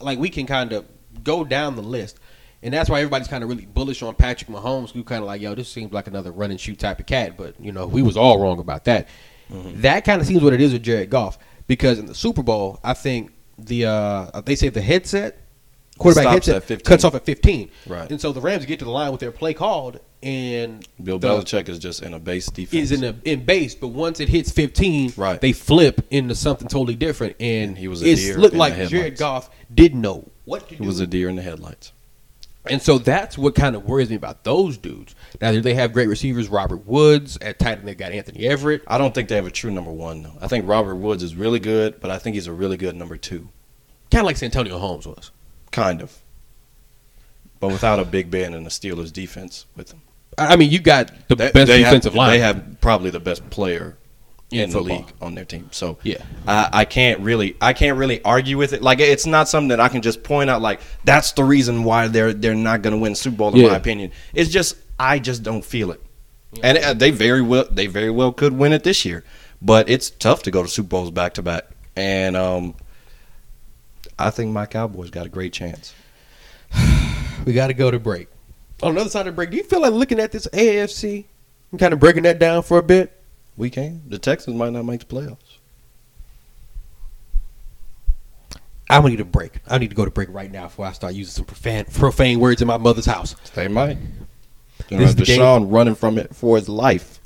Speaker 1: like we can kind of go down the list. And that's why everybody's kind of really bullish on Patrick Mahomes. We kind of like, yo, this seems like another run and shoot type of cat, but you know, we was all wrong about that.
Speaker 2: Mm-hmm.
Speaker 1: That kind of seems what it is with Jared Goff because in the Super Bowl, I think the uh, they say the headset quarterback
Speaker 2: Stops
Speaker 1: headset
Speaker 2: at 15.
Speaker 1: cuts off at fifteen,
Speaker 2: Right.
Speaker 1: And so the Rams get to the line with their play called, and
Speaker 2: Bill
Speaker 1: the-
Speaker 2: Belichick is just in a base defense.
Speaker 1: is in a, in base, but once it hits 15,
Speaker 2: Right.
Speaker 1: they flip into something totally different. And,
Speaker 2: And he was a
Speaker 1: it
Speaker 2: deer
Speaker 1: looked
Speaker 2: in
Speaker 1: like
Speaker 2: the
Speaker 1: Jared
Speaker 2: headlights.
Speaker 1: Goff didn't know what to
Speaker 2: He
Speaker 1: do.
Speaker 2: was a deer in the headlights.
Speaker 1: and so that's what kind of worries me about those dudes. Now they have great receivers, Robert Woods at tight end. They got Anthony Everett.
Speaker 2: I don't think they have a true number one though. I think Robert Woods is really good, but I think he's a really good number two,
Speaker 1: Kind of like Santonio Holmes was.
Speaker 2: kind of. But without a big Ben and the Steelers defense with him.
Speaker 1: I I mean, you got the best defensive
Speaker 2: have,
Speaker 1: line.
Speaker 2: They have probably the best player
Speaker 1: In
Speaker 2: in, the
Speaker 1: football.
Speaker 2: league on their team. So
Speaker 1: Yeah.
Speaker 2: I, I can't really I can't really argue with it. Like it's not something that I can just point out like that's the reason why they're they're not going to win the Super Bowl in
Speaker 1: Yeah.
Speaker 2: my opinion. It's just I just don't feel it. And uh, they very well they very well could win it this year. But it's tough to go to Super Bowls back to back, and um, I think my Cowboys got a great chance.
Speaker 1: We got to go to break. On the other side of the break, do you feel like looking at this AFC and kind of breaking that down for a bit?
Speaker 2: We can. The Texans might not make the playoffs.
Speaker 1: I'm gonna need a break. I need to go to break right now before I start using some profane, profane words in my mother's house.
Speaker 2: They might.
Speaker 1: This
Speaker 2: You know,
Speaker 1: is the game-
Speaker 2: Deshaun running from it for his life.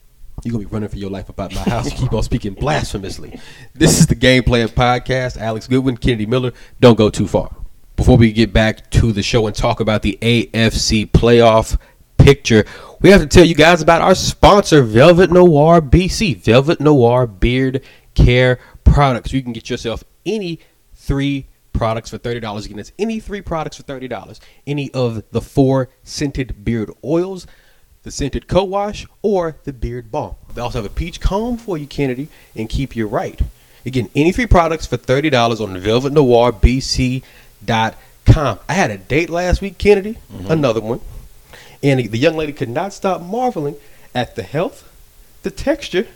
Speaker 1: You're gonna be running for your life about my house. You keep on speaking blasphemously. This is the Game Plan Podcast. Alex Goodwin, Kennedy Miller. Don't go too far. Before we get back to the show and talk about the AFC playoff picture, we have to tell you guys about our sponsor, Velvet Noir BC, Velvet Noir Beard Care Products. You can get yourself any three products for thirty dollars. Again, it's any three products for thirty dollars. Any of the four scented beard oils, the scented co-wash, or the beard balm. They also have a peach comb for you, Kennedy, and keep you right. Again, any three products for thirty dollars on VelvetNoirBC.com. I had a date last week, Kennedy. Another one, and the young lady could not stop marveling at the health, the texture,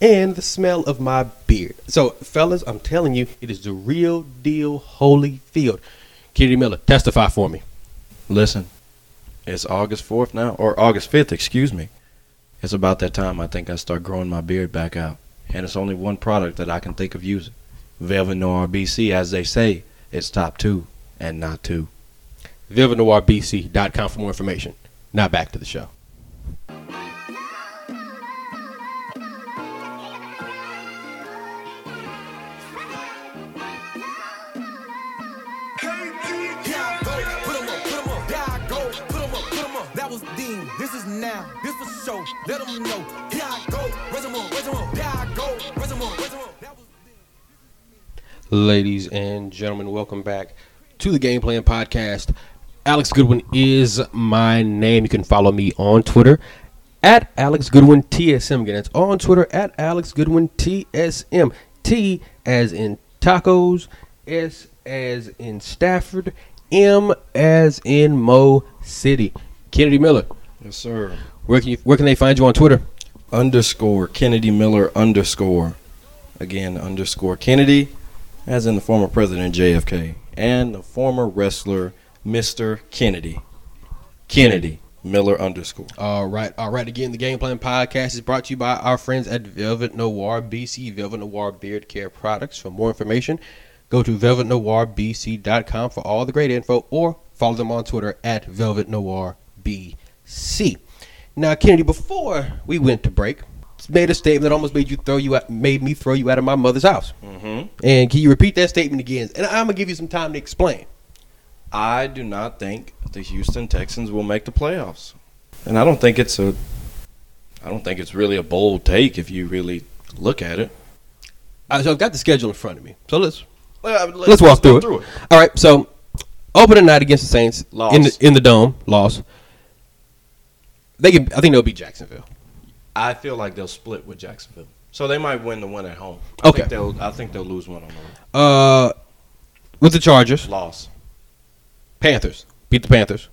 Speaker 1: and the smell of my beard. So, fellas, I'm telling you, it is the real deal, holy field. Kennedy Miller, testify for me.
Speaker 2: Listen, it's August 4th now, or August 5th, excuse me. It's about that time I think I start growing my beard back out. And it's only one product that I can think of using. Velvet Noir BC, as they say, it's top two and not two.
Speaker 1: VilvaNoirBC.com for more information. Now back to the show.
Speaker 3: Yeah, go, put 'em up, put 'em up. Yeah, go, put 'em up, put 'em up. That was Dean. This is now. This for show. Let 'em know. Yeah, go. Raise 'em up, raise 'em up. Yeah, go. Raise 'em up, raise 'em up. That was Dean.
Speaker 1: Ladies and gentlemen, welcome back to the Game Plan Podcast. Alex Goodwin is my name. You can follow me on Twitter at Alex Goodwin TSM. Again, it's on Twitter at Alex Goodwin TSM. T as in tacos, S as in Stafford, M as in Mo City. Kennedy Miller,
Speaker 2: Yes, sir.
Speaker 1: where can you, where can they find you on Twitter?
Speaker 2: Underscore Kennedy Miller underscore. Again, underscore Kennedy, as in the former president JFK, and the former wrestler Mr. Kennedy. Kennedy Miller underscore.
Speaker 1: All Uh, right, all right. Again, the Game Plan Podcast is brought to you by our friends at Velvet Noir BC, Velvet Noir Beard Care Products. For more information, go to velvetnoirbc.com for all the great info or follow them on Twitter at Velvet Noir BC. Now, Kennedy, before we went to break, made a statement that almost made you throw you out, made me throw you out of my mother's house.
Speaker 2: Mm-hmm.
Speaker 1: And can you repeat that statement again? And I'm gonna give you some time to explain.
Speaker 2: I do not think the Houston Texans will make the playoffs. And I don't think it's a I don't think it's really a bold take if you really look at it.
Speaker 1: Uh, so I've got the schedule in front of me. So let's
Speaker 2: Let's,
Speaker 1: let's walk through it. All right, so opening night against the Saints
Speaker 2: Loss.
Speaker 1: in the, in the dome, loss. They can, I think they'll beat Jacksonville.
Speaker 2: I feel like they'll split with Jacksonville. So they might win the one at home. I
Speaker 1: Okay.
Speaker 2: Think they'll, I think they'll lose one on the road.
Speaker 1: Uh, with the Chargers,
Speaker 2: loss.
Speaker 1: Panthers beat the Panthers.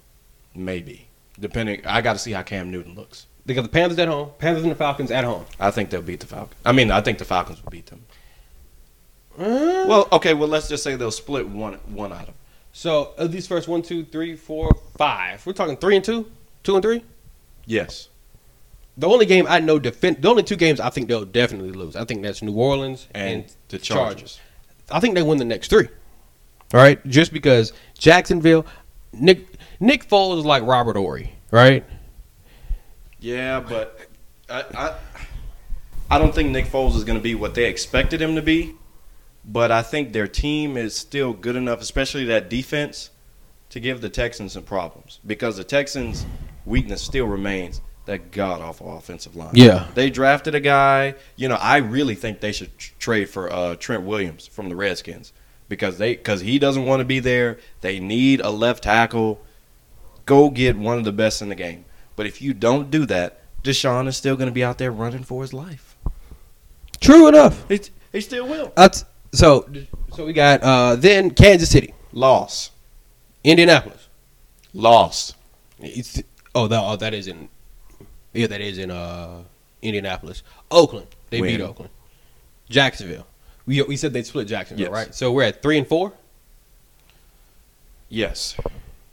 Speaker 2: Maybe. Depending I gotta see how Cam Newton looks.
Speaker 1: They got the Panthers at home, Panthers and the Falcons at home.
Speaker 2: I think they'll beat the Falcons. I mean I think the Falcons will beat them. Well, okay, well let's just say they'll split one one out of them.
Speaker 1: So of these first one, two, three, four, five. We're talking three and two, two and three.
Speaker 2: Yes.
Speaker 1: The only game I know defend, the only two games I think they'll definitely lose. I think that's New Orleans
Speaker 2: And,
Speaker 1: and,
Speaker 2: the Chargers.
Speaker 1: I think they win the next three. All right, just because Jacksonville, Nick Nick Foles is like Robert Ory, right?
Speaker 2: Yeah, but I, I I don't think Nick Foles is going to be what they expected him to be. But I think their team is still good enough, especially that defense, to give the Texans some problems because the Texans' weakness still remains that god awful offensive line.
Speaker 1: Yeah.
Speaker 2: they drafted a guy. You know, I really think they should tr- trade for uh, Trent Williams from the Redskins because they because he doesn't want to be there. They need a left tackle. Go get one of the best in the game. But if you don't do that, Deshaun is still going to be out there running for his life.
Speaker 1: True enough.
Speaker 2: He, he still will.
Speaker 1: That's, so so we got uh, then Kansas City,
Speaker 2: Loss.
Speaker 1: Indianapolis.
Speaker 2: Loss.
Speaker 1: It's, oh, that, oh, that is in yeah, that is in uh, Indianapolis. Oakland, they
Speaker 2: Win.
Speaker 1: beat Oakland. Jacksonville. We we said they split Jacksonville,
Speaker 2: Yes.
Speaker 1: right? So we're at three and four.
Speaker 2: Yes.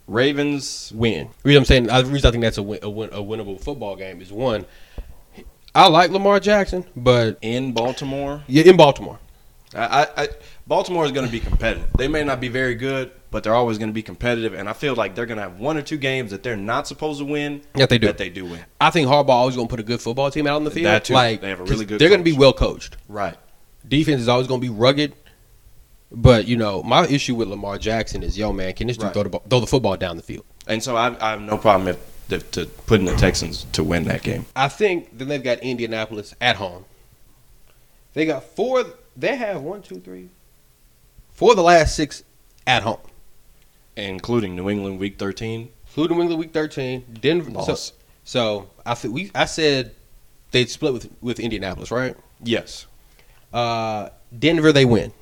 Speaker 2: Ravens.
Speaker 1: Win. The reason I'm saying the reason I think that's a win, a, win, a winnable football game is one. I like Lamar Jackson, but
Speaker 2: in Baltimore.
Speaker 1: yeah, in Baltimore.
Speaker 2: I, I, I Baltimore is going to be competitive. They may not be very good, but they're always going to be competitive. And I feel like they're going to have one or two games that they're not supposed to win.
Speaker 1: That they do.
Speaker 2: That they do win.
Speaker 1: I think Harbaugh always going to put a good football team out on the field.
Speaker 2: That too.
Speaker 1: Like
Speaker 2: They have a really good
Speaker 1: They're going to be
Speaker 2: coach.
Speaker 1: well coached.
Speaker 2: Right.
Speaker 1: Defense is always going to be rugged. But you know, my issue with Lamar Jackson is, yo man, can this dude
Speaker 2: Right.
Speaker 1: throw the ball, throw the football down the field?
Speaker 2: And so I, I have no problem if, if to putting the Texans to win that game.
Speaker 1: I think then they've got Indianapolis at home. They got four. They have one, two, three, four of the last six at home,
Speaker 2: including New England Week 13.
Speaker 1: including New England Week Thirteen, Denver.
Speaker 2: Loss.
Speaker 1: So, so I think we I said they would split with with Indianapolis, right?
Speaker 2: Yes,
Speaker 1: Uh, Denver they win.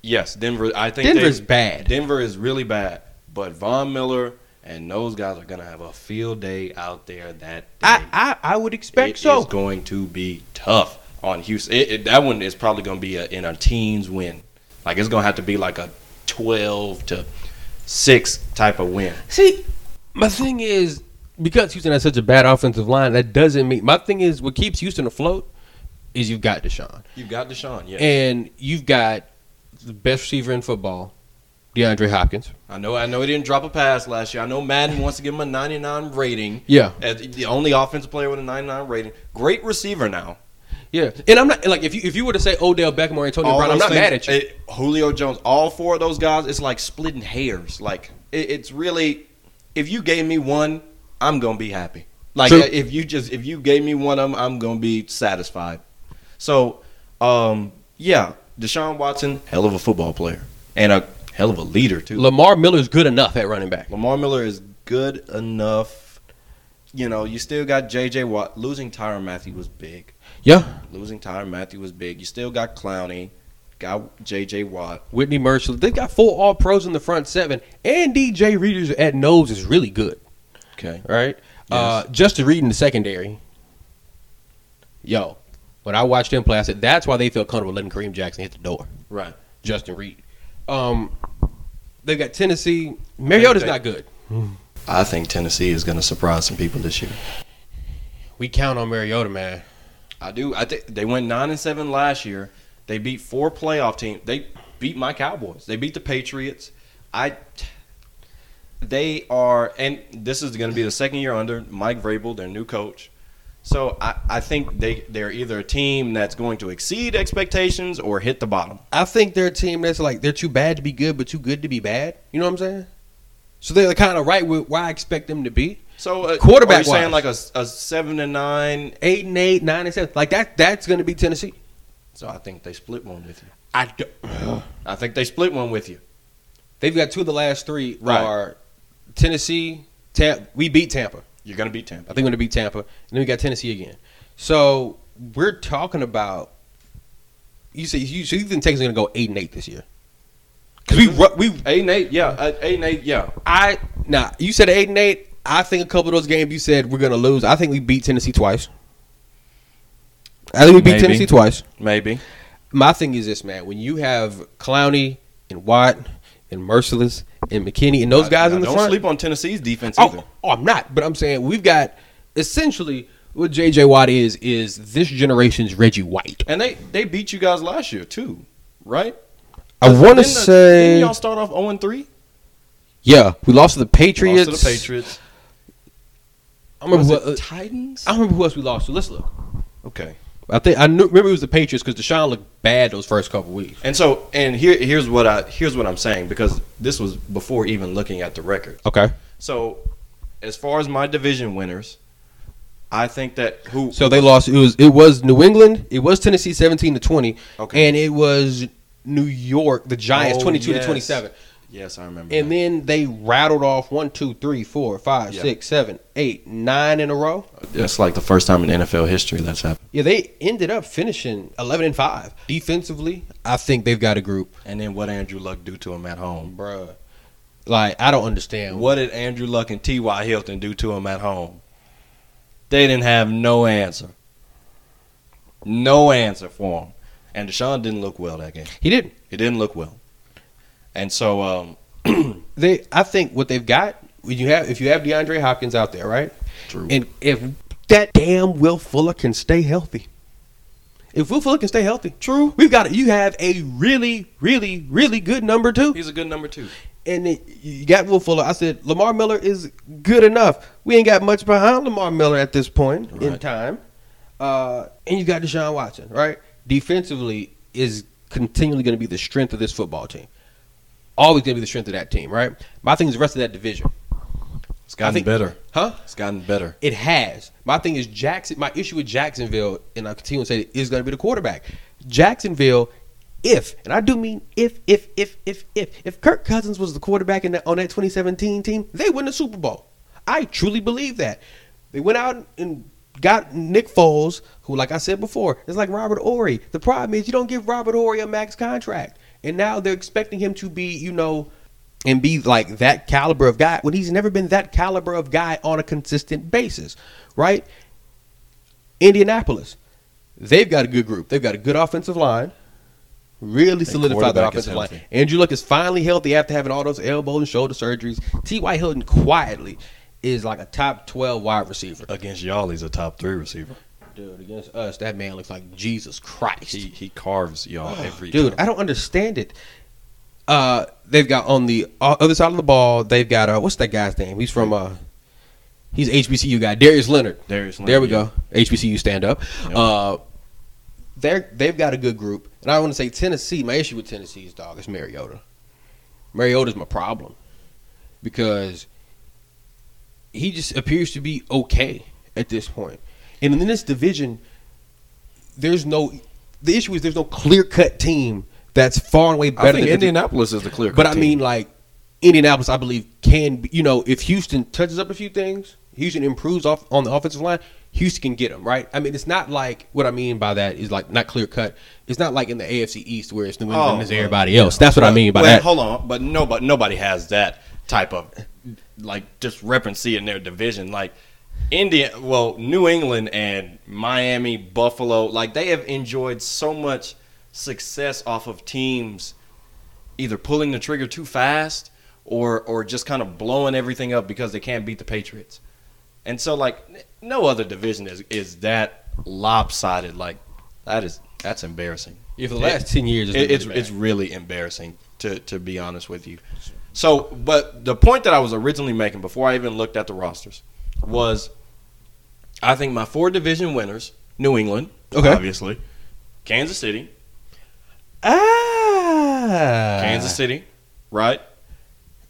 Speaker 2: yes. Denver. I think
Speaker 1: Denver's
Speaker 2: they-
Speaker 1: bad.
Speaker 2: Denver is really bad. But Von Miller and those guys are gonna have a field day out there. That day.
Speaker 1: I, I I would expect
Speaker 2: It
Speaker 1: so.
Speaker 2: is going to be tough on Houston. It, it, that one is probably going to be a, in a teens win. Like it's going to have to be like a twelve to six type of win.
Speaker 1: See, my thing is because Houston has such a bad offensive line, that doesn't mean my thing is what keeps Houston afloat is you've got Deshaun.
Speaker 2: You've got Deshaun. Yeah,
Speaker 1: and you've got the best receiver in football, DeAndre Hopkins.
Speaker 2: I know. I know he didn't drop a pass last year. I know Madden wants to give him a ninety nine rating.
Speaker 1: Yeah.
Speaker 2: as the only offensive player with a ninety nine rating. Great receiver now.
Speaker 1: Yeah, and I'm not like if you if you were to say Odell Beckham or Antonio
Speaker 2: All
Speaker 1: Brown, I'm
Speaker 2: those
Speaker 1: not mad at
Speaker 2: things-
Speaker 1: you.
Speaker 2: eh, Julio Jones, all four of those guys, it's like splitting hairs. Like it, it's really, if you gave me one, I'm gonna be happy. Like
Speaker 1: True.
Speaker 2: eh, if you just if you gave me one, I'm I'm gonna be satisfied. So, um, yeah, Deshaun Watson, hell of a football player and a hell of a leader too.
Speaker 1: Lamar Miller's good enough at running back.
Speaker 2: Lamar Miller is good enough. You know, you still got J.J. Watt. Losing Tyron Matthew was big.
Speaker 1: Yeah,
Speaker 2: Losing Tyron Matthew was big. You still got Clowney, got J.J. Watt.
Speaker 1: Whitney Mercer. They've got four All Pros in the front seven, and DJ Readers at nose is really good.
Speaker 2: Okay.
Speaker 1: Right, uh, Justin Reed in the secondary. Yo, when I watched him play, I said that's why they feel comfortable letting Kareem Jackson hit the door.
Speaker 2: Right.
Speaker 1: Justin Reed. Um, they've got Tennessee. Mariota's
Speaker 2: They-
Speaker 1: not good.
Speaker 2: I think Tennessee is going to surprise some people this year.
Speaker 1: We count on Mariota, man.
Speaker 2: I do. I think they went nine and seven last year. They beat four playoff teams. They beat my Cowboys. They beat the Patriots. I. They are, and this is going to be the second year under Mike Vrabel, their new coach. So I, I think they they're either a team that's going to exceed expectations or hit the bottom.
Speaker 1: I think they're a team that's like they're too bad to be good, but too good to be bad. You know what I'm saying? So they're kind of right with where I expect them to be.
Speaker 2: So uh,
Speaker 1: Quarterback
Speaker 2: are you saying
Speaker 1: wise.
Speaker 2: like a, a seven and nine.
Speaker 1: Eight and eight, nine and seven, like that. That's going to be Tennessee.
Speaker 2: So I think they split one with you.
Speaker 1: I don't,
Speaker 2: I think they split one with you.
Speaker 1: they've got two of the last three
Speaker 2: Right.
Speaker 1: are Tennessee. Tam- we beat Tampa.
Speaker 2: You're going to beat Tampa.
Speaker 1: I think we're going to beat Tampa, and then we got Tennessee again. So we're talking about you say you, so you think Texas going to go eight and eight this year? Because we ru- we
Speaker 2: Eight and eight, yeah. Uh, Eight and eight, yeah.
Speaker 1: I now you said eight and eight. I think a couple of those games you said we're gonna lose. I think we beat Tennessee twice. I think we beat
Speaker 2: Maybe.
Speaker 1: Tennessee twice.
Speaker 2: Maybe.
Speaker 1: My thing is this, man. When you have Clowney and Watt and Merciless and McKinney and those guys
Speaker 2: Now,
Speaker 1: in the
Speaker 2: don't
Speaker 1: front,
Speaker 2: sleep on Tennessee's defense either.
Speaker 1: oh, oh, I'm not. But I'm saying we've got essentially what JJ Watt is is this generation's Reggie White.
Speaker 2: And they they beat you guys last year too, right?
Speaker 1: I want to
Speaker 2: Didn't the- didn't
Speaker 1: say,
Speaker 2: y'all start off zero and three.
Speaker 1: yeah, we lost to the
Speaker 2: Lost
Speaker 1: Patriots.
Speaker 2: to the Patriots.
Speaker 1: I remember,
Speaker 2: Was
Speaker 1: who,
Speaker 2: it
Speaker 1: uh,
Speaker 2: Titans?
Speaker 1: I don't remember who else we lost to. Let's look.
Speaker 2: Okay.
Speaker 1: I think I knew, remember it was the Patriots because Deshaun looked bad those first couple weeks.
Speaker 2: And so and here here's what I here's what I'm saying because this was before even looking at the record.
Speaker 1: Okay,
Speaker 2: So as far as my division winners, I think that who
Speaker 1: so they lost. It was it was New England. It was Tennessee seventeen to twenty.
Speaker 2: Okay.
Speaker 1: and it was New York, the Giants
Speaker 2: Oh,
Speaker 1: twenty two
Speaker 2: yes.
Speaker 1: to twenty seven.
Speaker 2: Yes, I remember.
Speaker 1: And
Speaker 2: that.
Speaker 1: then they rattled off one, two, three, four, five,
Speaker 2: Yeah.
Speaker 1: six, seven, eight, nine in a row.
Speaker 2: that's like the first time in NFL history that's happened.
Speaker 1: Yeah, they ended up finishing eleven and five defensively. I think they've got a group,
Speaker 2: And then what Andrew Luck do to him at home?
Speaker 1: bruh. Like I don't understand
Speaker 2: What did Andrew Luck and T.Y. Hilton do to him at home? They didn't have no answer. No answer for him. And Deshaun didn't look well that game.
Speaker 1: He didn't.
Speaker 2: He didn't look well. And so, um,
Speaker 1: They, I think what they've got when you have if you have DeAndre Hopkins out there, right?
Speaker 2: True.
Speaker 1: And if that damn Will Fuller can stay healthy, if Will Fuller can stay healthy, true, we've got it. You have a really, really, really good number two.
Speaker 2: he's a good number two.
Speaker 1: and then you got Will Fuller. I said Lamar Miller is good enough. We ain't got much behind Lamar Miller at this point in
Speaker 2: Right.
Speaker 1: time. Uh, and you got Deshaun Watson, right? Defensively is continually going to be the strength of this football team. Always going to be the strength of that team, right? My thing is the rest of that division,
Speaker 2: It's gotten
Speaker 1: I think-
Speaker 2: better.
Speaker 1: huh?
Speaker 2: It's gotten better.
Speaker 1: It has. My thing is Jackson. My issue with Jacksonville, and I continue to say, it, is going to be the quarterback. Jacksonville, if and I do mean if, if, if, if, if, if Kirk Cousins was the quarterback in that, on that 2017 team, they win the Super Bowl. I truly believe that. They went out and got Nick Foles, who, like I said before, is like Robert Ory. The problem is you don't give Robert Ory a max contract, and now they're expecting him to be, you know, and be like that caliber of guy when he's never been that caliber of guy on a consistent basis, right? Indianapolis, they've got a good group. They've got a good offensive line. Really solidified that
Speaker 2: quarterback is
Speaker 1: offensive line.
Speaker 2: healthy.
Speaker 1: Andrew Luck is finally healthy after having all those elbow and shoulder surgeries. T.Y. Hilton quietly is like a top 12 wide receiver.
Speaker 2: Against y'all, he's a top three receiver.
Speaker 1: Dude, against us, that man looks like Jesus Christ.
Speaker 2: He he carves y'all every
Speaker 1: Dude, I
Speaker 2: time.
Speaker 1: don't understand it. Uh, they've got on the o- other side of the ball. They've got uh, what's that guy's name? He's from uh, he's HBCU guy, Darius Leonard.
Speaker 2: Darius Leonard,
Speaker 1: There we
Speaker 2: yeah.
Speaker 1: go. HBCU stand up. Uh, they're they've got a good group, and I want to say Tennessee. My issue with Tennessee is dog. It's Mariota. Mariota's my problem because he just appears to be okay at this point. And in this division, there's no the issue is there's no clear cut team that's far and away better
Speaker 2: I think
Speaker 1: than
Speaker 2: Indianapolis is the clear.
Speaker 1: But I mean, like Indianapolis, I believe can be, you know if Houston touches up a few things, Houston improves off on the offensive line, Houston can get them right. I mean, it's not like what I mean by that is like not clear cut. It's not like in the AFC East where it's New England is everybody else. That's what I mean by
Speaker 2: Oh, Well,
Speaker 1: that.
Speaker 2: Hold on, but nobody nobody has that type of like discrepancy in their division. Like India, well, New England and Miami, Buffalo, like they have enjoyed so much success off of teams either pulling the trigger too fast or or just kind of blowing everything up because they can't beat the Patriots. And so like n- no other division is is that lopsided like that is that's embarrassing.
Speaker 1: Yeah, for the last 10 years, it's
Speaker 2: it-
Speaker 1: been
Speaker 2: it's
Speaker 1: really bad.
Speaker 2: it's really embarrassing to to be honest with you. So, but the point that I was originally making before I even looked at the rosters was I think my four division winners, New England,
Speaker 1: Okay.
Speaker 2: obviously, Kansas City,
Speaker 1: Ah,
Speaker 2: Kansas City, right?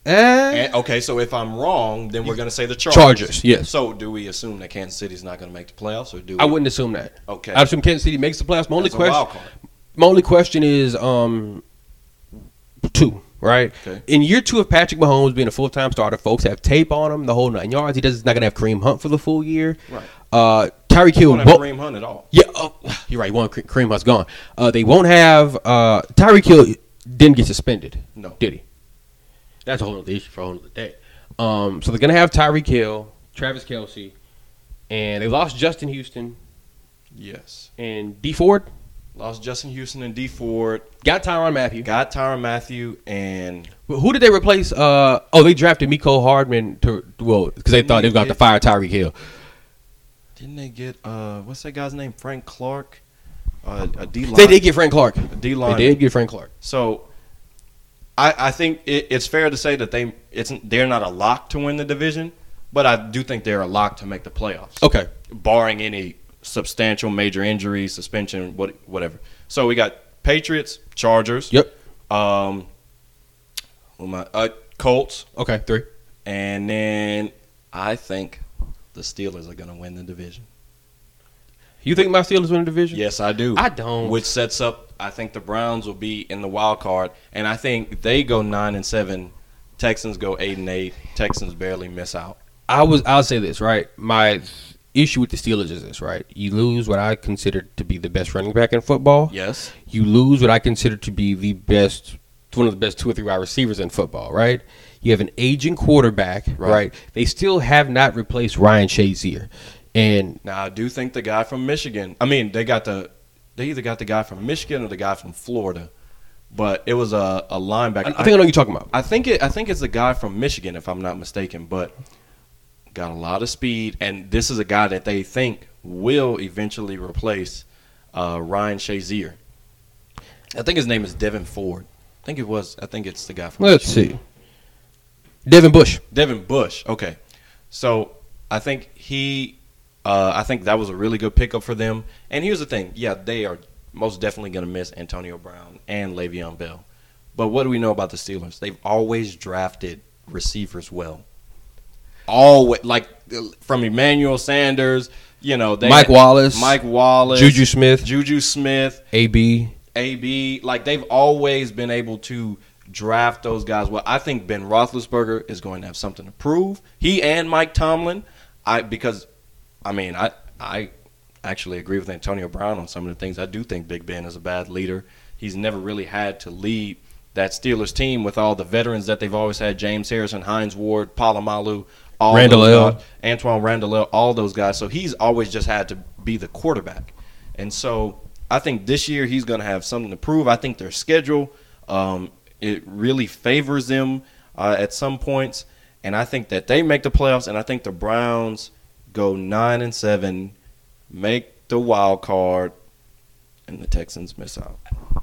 Speaker 1: Ah.
Speaker 2: And, okay, so if I'm wrong, then we're going to say the Chargers.
Speaker 1: Chargers, yes.
Speaker 2: So do we assume that Kansas City's not going to make the playoffs, or do we?
Speaker 1: I wouldn't assume that.
Speaker 2: Okay.
Speaker 1: I assume Kansas City makes the playoffs. My only
Speaker 2: That's a wild
Speaker 1: question. My only question is um two. Right
Speaker 2: Okay.
Speaker 1: in year two of Patrick Mahomes being a full time starter, folks have tape on him the whole nine yards. He does he's not gonna have Kareem Hunt for the full year.
Speaker 2: Right.
Speaker 1: Uh, Tyreek Hill
Speaker 2: don't have
Speaker 1: won't.
Speaker 2: Kareem Hunt at all.
Speaker 1: Yeah, oh, you're right. One Kare- Kareem Hunt's gone. Uh, they won't have uh, Tyreek Hill. Didn't get suspended.
Speaker 2: No.
Speaker 1: did he? That's a whole other issue for a whole other day. Um, so they're gonna have Tyreek Hill, Travis Kelsey, and they lost Justin Houston
Speaker 2: Yes,
Speaker 1: and D Ford.
Speaker 2: lost Justin Houston and D Ford.
Speaker 1: Got Tyron Matthew.
Speaker 2: Got Tyron Matthew and
Speaker 1: Who did they replace? Uh, oh, they drafted Miko Hardman to well because they thought they were going to fire Tyreek Hill.
Speaker 2: Didn't they get uh what's that guy's name? Frank Clark, uh, a D line.
Speaker 1: They did get Frank Clark.
Speaker 2: D
Speaker 1: They
Speaker 2: line.
Speaker 1: did get Frank Clark.
Speaker 2: So I I think it, it's fair to say that they it's they're not a lock to win the division, but I do think they're a lock to make the playoffs.
Speaker 1: Okay.
Speaker 2: Barring any substantial major injury, suspension, what whatever. So we got Patriots, Chargers.
Speaker 1: Yep.
Speaker 2: Um. who am I- Uh, Colts,
Speaker 1: Okay. Three.
Speaker 2: and then I think the Steelers are going to win the division.
Speaker 1: You think my Steelers win the division?
Speaker 2: Yes, I do.
Speaker 1: I don't.
Speaker 2: Which sets up, I think the Browns will be in the wild card, and I think they go nine and seven. Texans go eight and eight. Texans barely miss out.
Speaker 1: I was. I'll say this right. My issue with the Steelers is this right. You lose what I consider to be the best running back in football.
Speaker 2: Yes,
Speaker 1: You lose what I consider to be the best, one of the best two or three wide receivers in football. Right. You have an aging quarterback. Right.
Speaker 2: Right.
Speaker 1: They still have not replaced Ryan Shazier, and
Speaker 2: now I do think the guy from Michigan. I mean, they got the They either got the guy from Michigan or the guy from Florida, but it was a, a linebacker.
Speaker 1: I, I think I know what you're talking about.
Speaker 2: I think it. I think it's a guy from Michigan, if I'm not mistaken. But got a lot of speed, and this is a guy that they think will eventually replace uh, Ryan Shazier. I think his name is Devin Ford. I think it was. I think it's the guy from.
Speaker 1: Let's
Speaker 2: Michigan.
Speaker 1: see. Devin Bush.
Speaker 2: Devin Bush. Okay, so I think he, uh, I think that was a really good pickup for them. And here's the thing: yeah, they are most definitely going to miss Antonio Brown and Le'Veon Bell. But what do we know about the Steelers? They've always drafted receivers well. Always, like from Emmanuel Sanders, you know, they,
Speaker 1: Mike Wallace.
Speaker 2: Mike Wallace,
Speaker 1: Juju Smith.
Speaker 2: Juju Smith.
Speaker 1: AB.
Speaker 2: AB, like they've always been able to draft those guys. Well, I think Ben Roethlisberger is going to have something to prove. He and Mike Tomlin, I because, I mean, I I actually agree with Antonio Brown on some of the things. I do think Big Ben is a bad leader. He's never really had to lead that Steelers team with all the veterans that they've always had: James Harrison, Hines Ward, Palomalu, all
Speaker 1: Randall
Speaker 2: those
Speaker 1: L.
Speaker 2: guys, Antoine Randall, L, all those guys. So he's always just had to be the quarterback, and so. I think this year he's going to have something to prove. I think their schedule um, it really favors them uh, at some points, and I think that they make the playoffs. And I think the Browns go nine and seven, make the wild card, and the Texans miss out.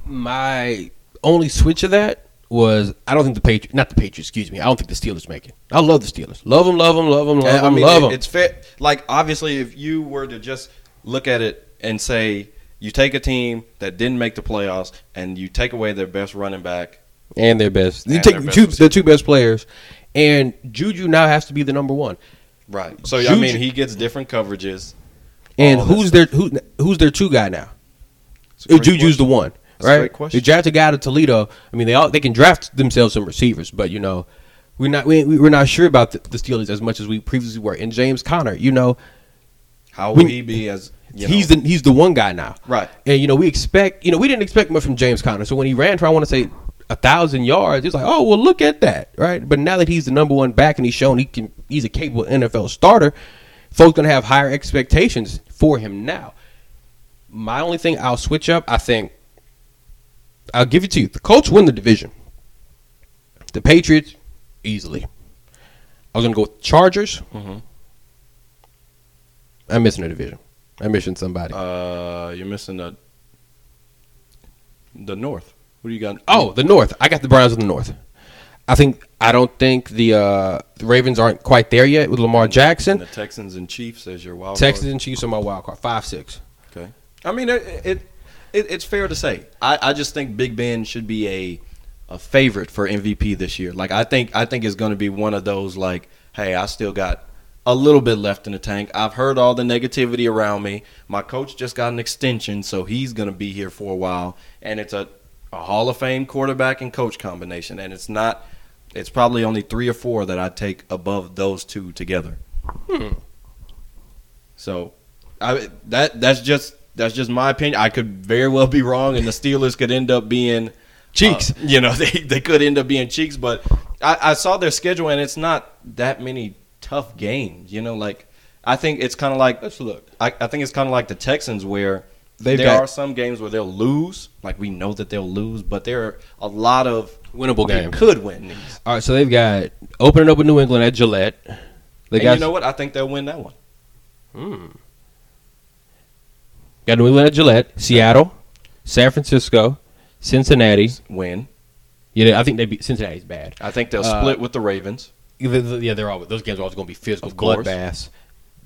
Speaker 1: My only switch of that was I don't think the Patriots, not the Patriots, excuse me. I don't think the Steelers make it. I love the Steelers. Love them, love them, love them, love
Speaker 2: And,
Speaker 1: them,
Speaker 2: I mean,
Speaker 1: love
Speaker 2: it-
Speaker 1: them.
Speaker 2: it's fair. Like obviously, if you were to just look at it and say you take a team that didn't make the playoffs and you take away their best running back,
Speaker 1: and their best. You
Speaker 2: And
Speaker 1: take
Speaker 2: their
Speaker 1: the
Speaker 2: best
Speaker 1: two,
Speaker 2: receiver.
Speaker 1: the two best players, and Juju now has to be the number one.
Speaker 2: right? So I
Speaker 1: Juju-
Speaker 2: mean, he gets different coverages.
Speaker 1: And
Speaker 2: All that
Speaker 1: who's their who, who's their two guy now?
Speaker 2: It's a great
Speaker 1: Uh, Juju's
Speaker 2: question.
Speaker 1: the one,
Speaker 2: That's a
Speaker 1: right?
Speaker 2: great question.
Speaker 1: They draft a guy out of Toledo. I mean, they all they can draft themselves some receivers, but you know, we're not we, we're not sure about the, the Steelers as much as we previously were. And James Conner, you know,
Speaker 2: How
Speaker 1: When-
Speaker 2: will he be as you
Speaker 1: he's
Speaker 2: know,
Speaker 1: the he's the one guy now,
Speaker 2: Right.
Speaker 1: And you know, we expect you know we didn't expect much from James Conner. So when he ran for I want to say a thousand yards, it's like, oh well, look at that, right? But now that he's the number one back and he's shown he can he's a capable NFL starter, folks gonna have higher expectations for him now. My only thing I'll switch up, I think I'll give it to you. The Colts win the division. The Patriots easily. I was gonna go with Chargers.
Speaker 2: Mhm.
Speaker 1: I'm missing a division. I'm missing somebody.
Speaker 2: Uh, you're missing the the North. What do you got?
Speaker 1: Oh, the North. I got the Browns in the North. I think I don't think the uh, the Ravens aren't quite there yet with Lamar
Speaker 2: and
Speaker 1: Jackson.
Speaker 2: the Texans and Chiefs as your wild
Speaker 1: Texans and Chiefs are my wild card. Five six.
Speaker 2: card. Okay. I mean, it, it, it it's fair to say. I, I just think Big Ben should be a a favorite for MVP this year. Like I think I think it's going to be one of those like, hey, I still got a little bit left in the tank. I've heard all the negativity around me. My coach just got an extension, so he's going to be here for a while. And it's a a Hall of Fame quarterback and coach combination, and it's not. It's probably only three or four that I take above those two together. So, I that that's just that's just my opinion. I could very well be wrong, and the Steelers could end up being
Speaker 1: Cheeks.
Speaker 2: uh, you know, they they could end up being cheeks. But I, I saw their schedule, and it's not that many tough games. You know, like I think it's kind of like
Speaker 1: Let's look.
Speaker 2: I, I think it's kind of like the Texans where
Speaker 1: They've
Speaker 2: there
Speaker 1: got-
Speaker 2: are some games where they'll lose. Like we know that they'll lose, but there are a lot of
Speaker 1: Winnable
Speaker 2: they
Speaker 1: games.
Speaker 2: could win these.
Speaker 1: All right, so they've got opening up with New England at Gillette. They
Speaker 2: And
Speaker 1: got
Speaker 2: you know what? I think they'll win that one.
Speaker 1: got New England at Gillette, Seattle, San Francisco, Cincinnati.
Speaker 2: Win.
Speaker 1: Yeah, I think they beat Cincinnati's bad.
Speaker 2: I think they'll
Speaker 1: Uh,
Speaker 2: split with the Ravens.
Speaker 1: Yeah, they- Yeah, they're all those games are always going to be physical
Speaker 2: Of course.
Speaker 1: bloodbaths.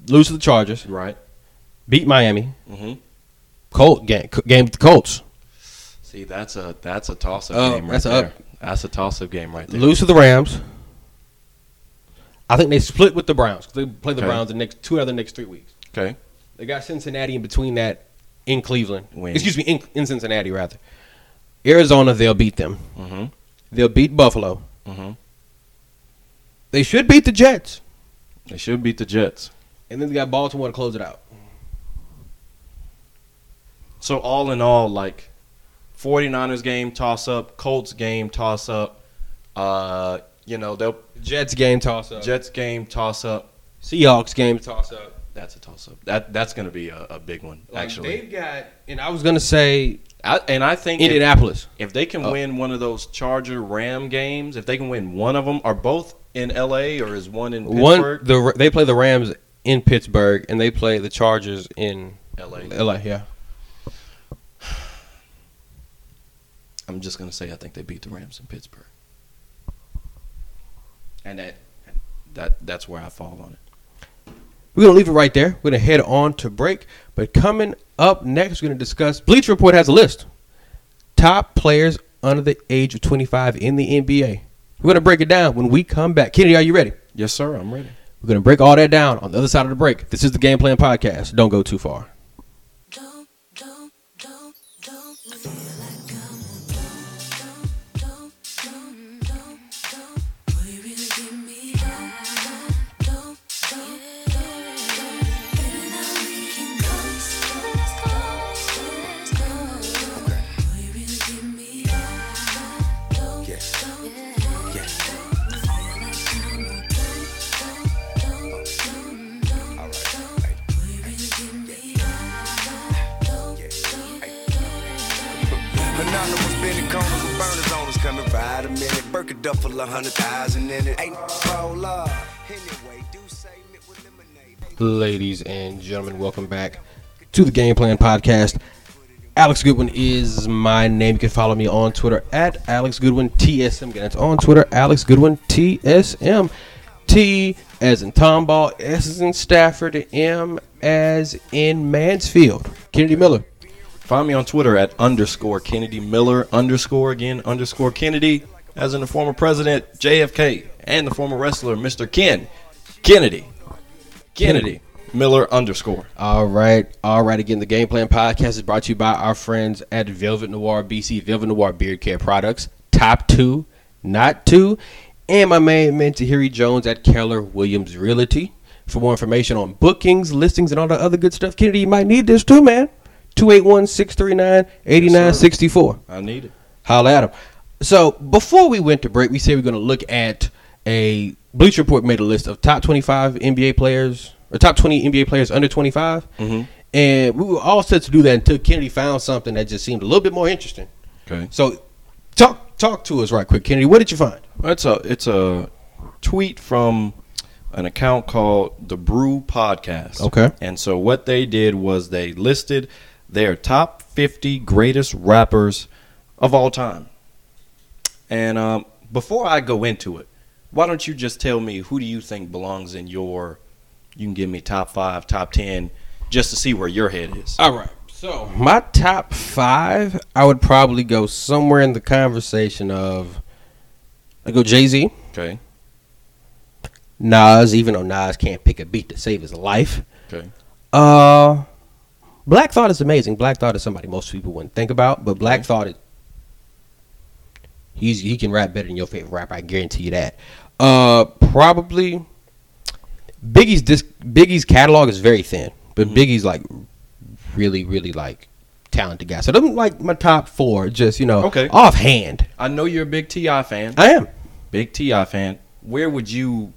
Speaker 1: Lose to the Chargers,
Speaker 2: Right.
Speaker 1: beat Miami,
Speaker 2: Mm-hmm.
Speaker 1: Colt game, game with the Colts,
Speaker 2: See, that's a that's a toss up
Speaker 1: Oh,
Speaker 2: game right
Speaker 1: that's
Speaker 2: there.
Speaker 1: up.
Speaker 2: That's a toss up game right there.
Speaker 1: lose to the Rams. I think they split with the Browns. 'cause They play the
Speaker 2: Okay.
Speaker 1: Browns the next two out of the next three weeks.
Speaker 2: Okay.
Speaker 1: They got Cincinnati in between that in Cleveland.
Speaker 2: Win.
Speaker 1: Excuse me, in, in Cincinnati rather. Arizona, they'll beat them.
Speaker 2: Mm-hmm.
Speaker 1: They'll beat Buffalo.
Speaker 2: Mm-hmm.
Speaker 1: They should beat the Jets.
Speaker 2: They should beat the Jets.
Speaker 1: And then they got Baltimore to close it out.
Speaker 2: So all in all, like 49ers game toss up, Colts game toss up, uh, you know, they'll Uh,
Speaker 1: Jets game toss up.
Speaker 2: Jets game toss up,
Speaker 1: Seahawks game toss up.
Speaker 2: That's a toss up. That that's going to be a, a big one
Speaker 1: Like,
Speaker 2: actually.
Speaker 1: they've got, and I was gonna say
Speaker 2: I, and I think if,
Speaker 1: Indianapolis.
Speaker 2: if they can
Speaker 1: Oh.
Speaker 2: win one of those Charger Ram games, if they can win one of them, are both in L.A. or is one in
Speaker 1: One,
Speaker 2: Pittsburgh?
Speaker 1: the they play the Rams in Pittsburgh, and they play the Chargers in
Speaker 2: L.A.
Speaker 1: LA. Yeah,
Speaker 2: I'm just gonna say I think they beat the Rams in Pittsburgh, and that that that's where I fall on it.
Speaker 1: we're gonna leave it right there. We're gonna head on to break, but coming up next, we're gonna discuss. Bleach Report has a list top players under the age of 25 in the NBA. We're gonna break it down when we come back. Kennedy, are you ready?
Speaker 2: Yes, sir. I'm ready.
Speaker 1: We're gonna break all that down on the other side of the break. This is the Game Plan Podcast. Don't go too far.
Speaker 4: Don't, don't, don't, don't
Speaker 5: Anonymous spinning corners with burners on us coming by the minute. Burke a duffel, a hundred thousand in it. Ain't roll up. Anyway, do say it with lemonade.
Speaker 1: Ladies and gentlemen, welcome back to the Game Plan Podcast. Alex Goodwin is my name. You can follow me on Twitter at Alex Goodwin TSM. Again, That's on Twitter, Alex Goodwin TSM. T as in Tomball, S as in Stafford, and M as in Mansfield. Kennedy Miller.
Speaker 2: Find me on Twitter at underscore Kennedy Miller underscore again underscore Kennedy, as in the former president JFK and the former wrestler Mr. Ken Kennedy Kennedy Miller underscore.
Speaker 1: All right, all right. Again, the Game Plan Podcast is brought to you by our friends at Velvet Noir BC, Velvet Noir Beard Care Products, Top Two, Not Two, and my main man Tahiri Jones at Keller Williams Realty. For more information on bookings, listings, and all the other good stuff, Kennedy, you might need this too, man. 281 639 8964
Speaker 2: I need it.
Speaker 1: holla at him. So before we went to break, we said we are going to look at a Bleach Report made a list of top twenty-five NBA players or top twenty NBA players under 25 and we were all set to do that until Kennedy found something that just seemed a little bit more interesting.
Speaker 2: Okay.
Speaker 1: So talk talk to us right quick, Kennedy. What did you find?
Speaker 2: It's a it's a tweet from an account called the Brew Podcast.
Speaker 1: Okay.
Speaker 2: And so what they did was they listed their top 50 greatest rappers of all time. And um, before I go into it, why don't you just tell me who do you think belongs in your? You can give me top five, top ten, just to see where your head is.
Speaker 1: All right. So my top five, I would probably go somewhere in the conversation of I go Jay Z,
Speaker 2: Okay.
Speaker 1: Nas, even though Nas can't pick a beat to save his life.
Speaker 2: Okay.
Speaker 1: Uh, Black Thought is amazing. Black Thought is somebody most people wouldn't think about, but Black Thought is he's he can rap better than your favorite rapper. I guarantee you that. Uh, probably Biggie's disc, Biggie's catalog is very thin, but
Speaker 2: Mm-hmm.
Speaker 1: Biggie's like really, really like talented guy. So them like my top four, just you know,
Speaker 2: Okay.
Speaker 1: offhand.
Speaker 2: I know you're a big Ti fan.
Speaker 1: I am
Speaker 2: Big Ti fan. Where would you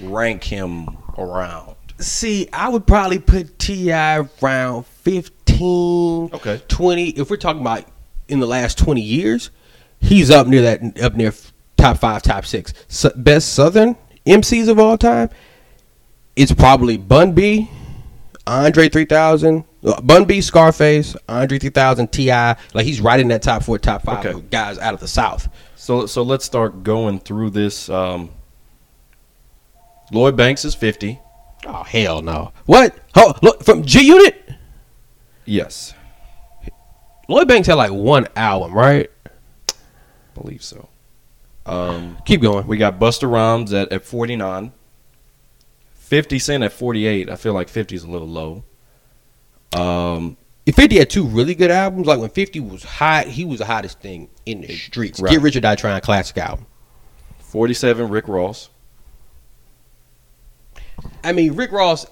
Speaker 2: rank him around?
Speaker 1: See, I would probably put T.I. around 15,
Speaker 2: Okay.
Speaker 1: 20. If we're talking about in the last 20 years, he's up near that, up near f- top five, top six. Su- best Southern MCs of all time, it's probably Bun B, Andre 3000, uh, Bun B, Scarface, Andre 3000, T.I. Like he's right in that top four, top five
Speaker 2: Okay.
Speaker 1: of guys out of the South.
Speaker 2: So so let's start going through this. Um, Lloyd Banks is fifty.
Speaker 1: Oh, hell no. What? Oh, look, from G Unit?
Speaker 2: Yes,
Speaker 1: Lloyd Banks had like one album, right?
Speaker 2: believe so. Um,
Speaker 1: Keep going.
Speaker 2: we got Buster Rhymes at, at forty nine. Fifty Cent at forty eight. I feel like 50 is a little low. Um,
Speaker 1: If 50 had two really good albums, like when 50 was hot, he was the hottest thing in the streets.
Speaker 2: Right.
Speaker 1: Get Rich or Die Trying classic album.
Speaker 2: forty seven Rick Ross.
Speaker 1: I mean, Rick Ross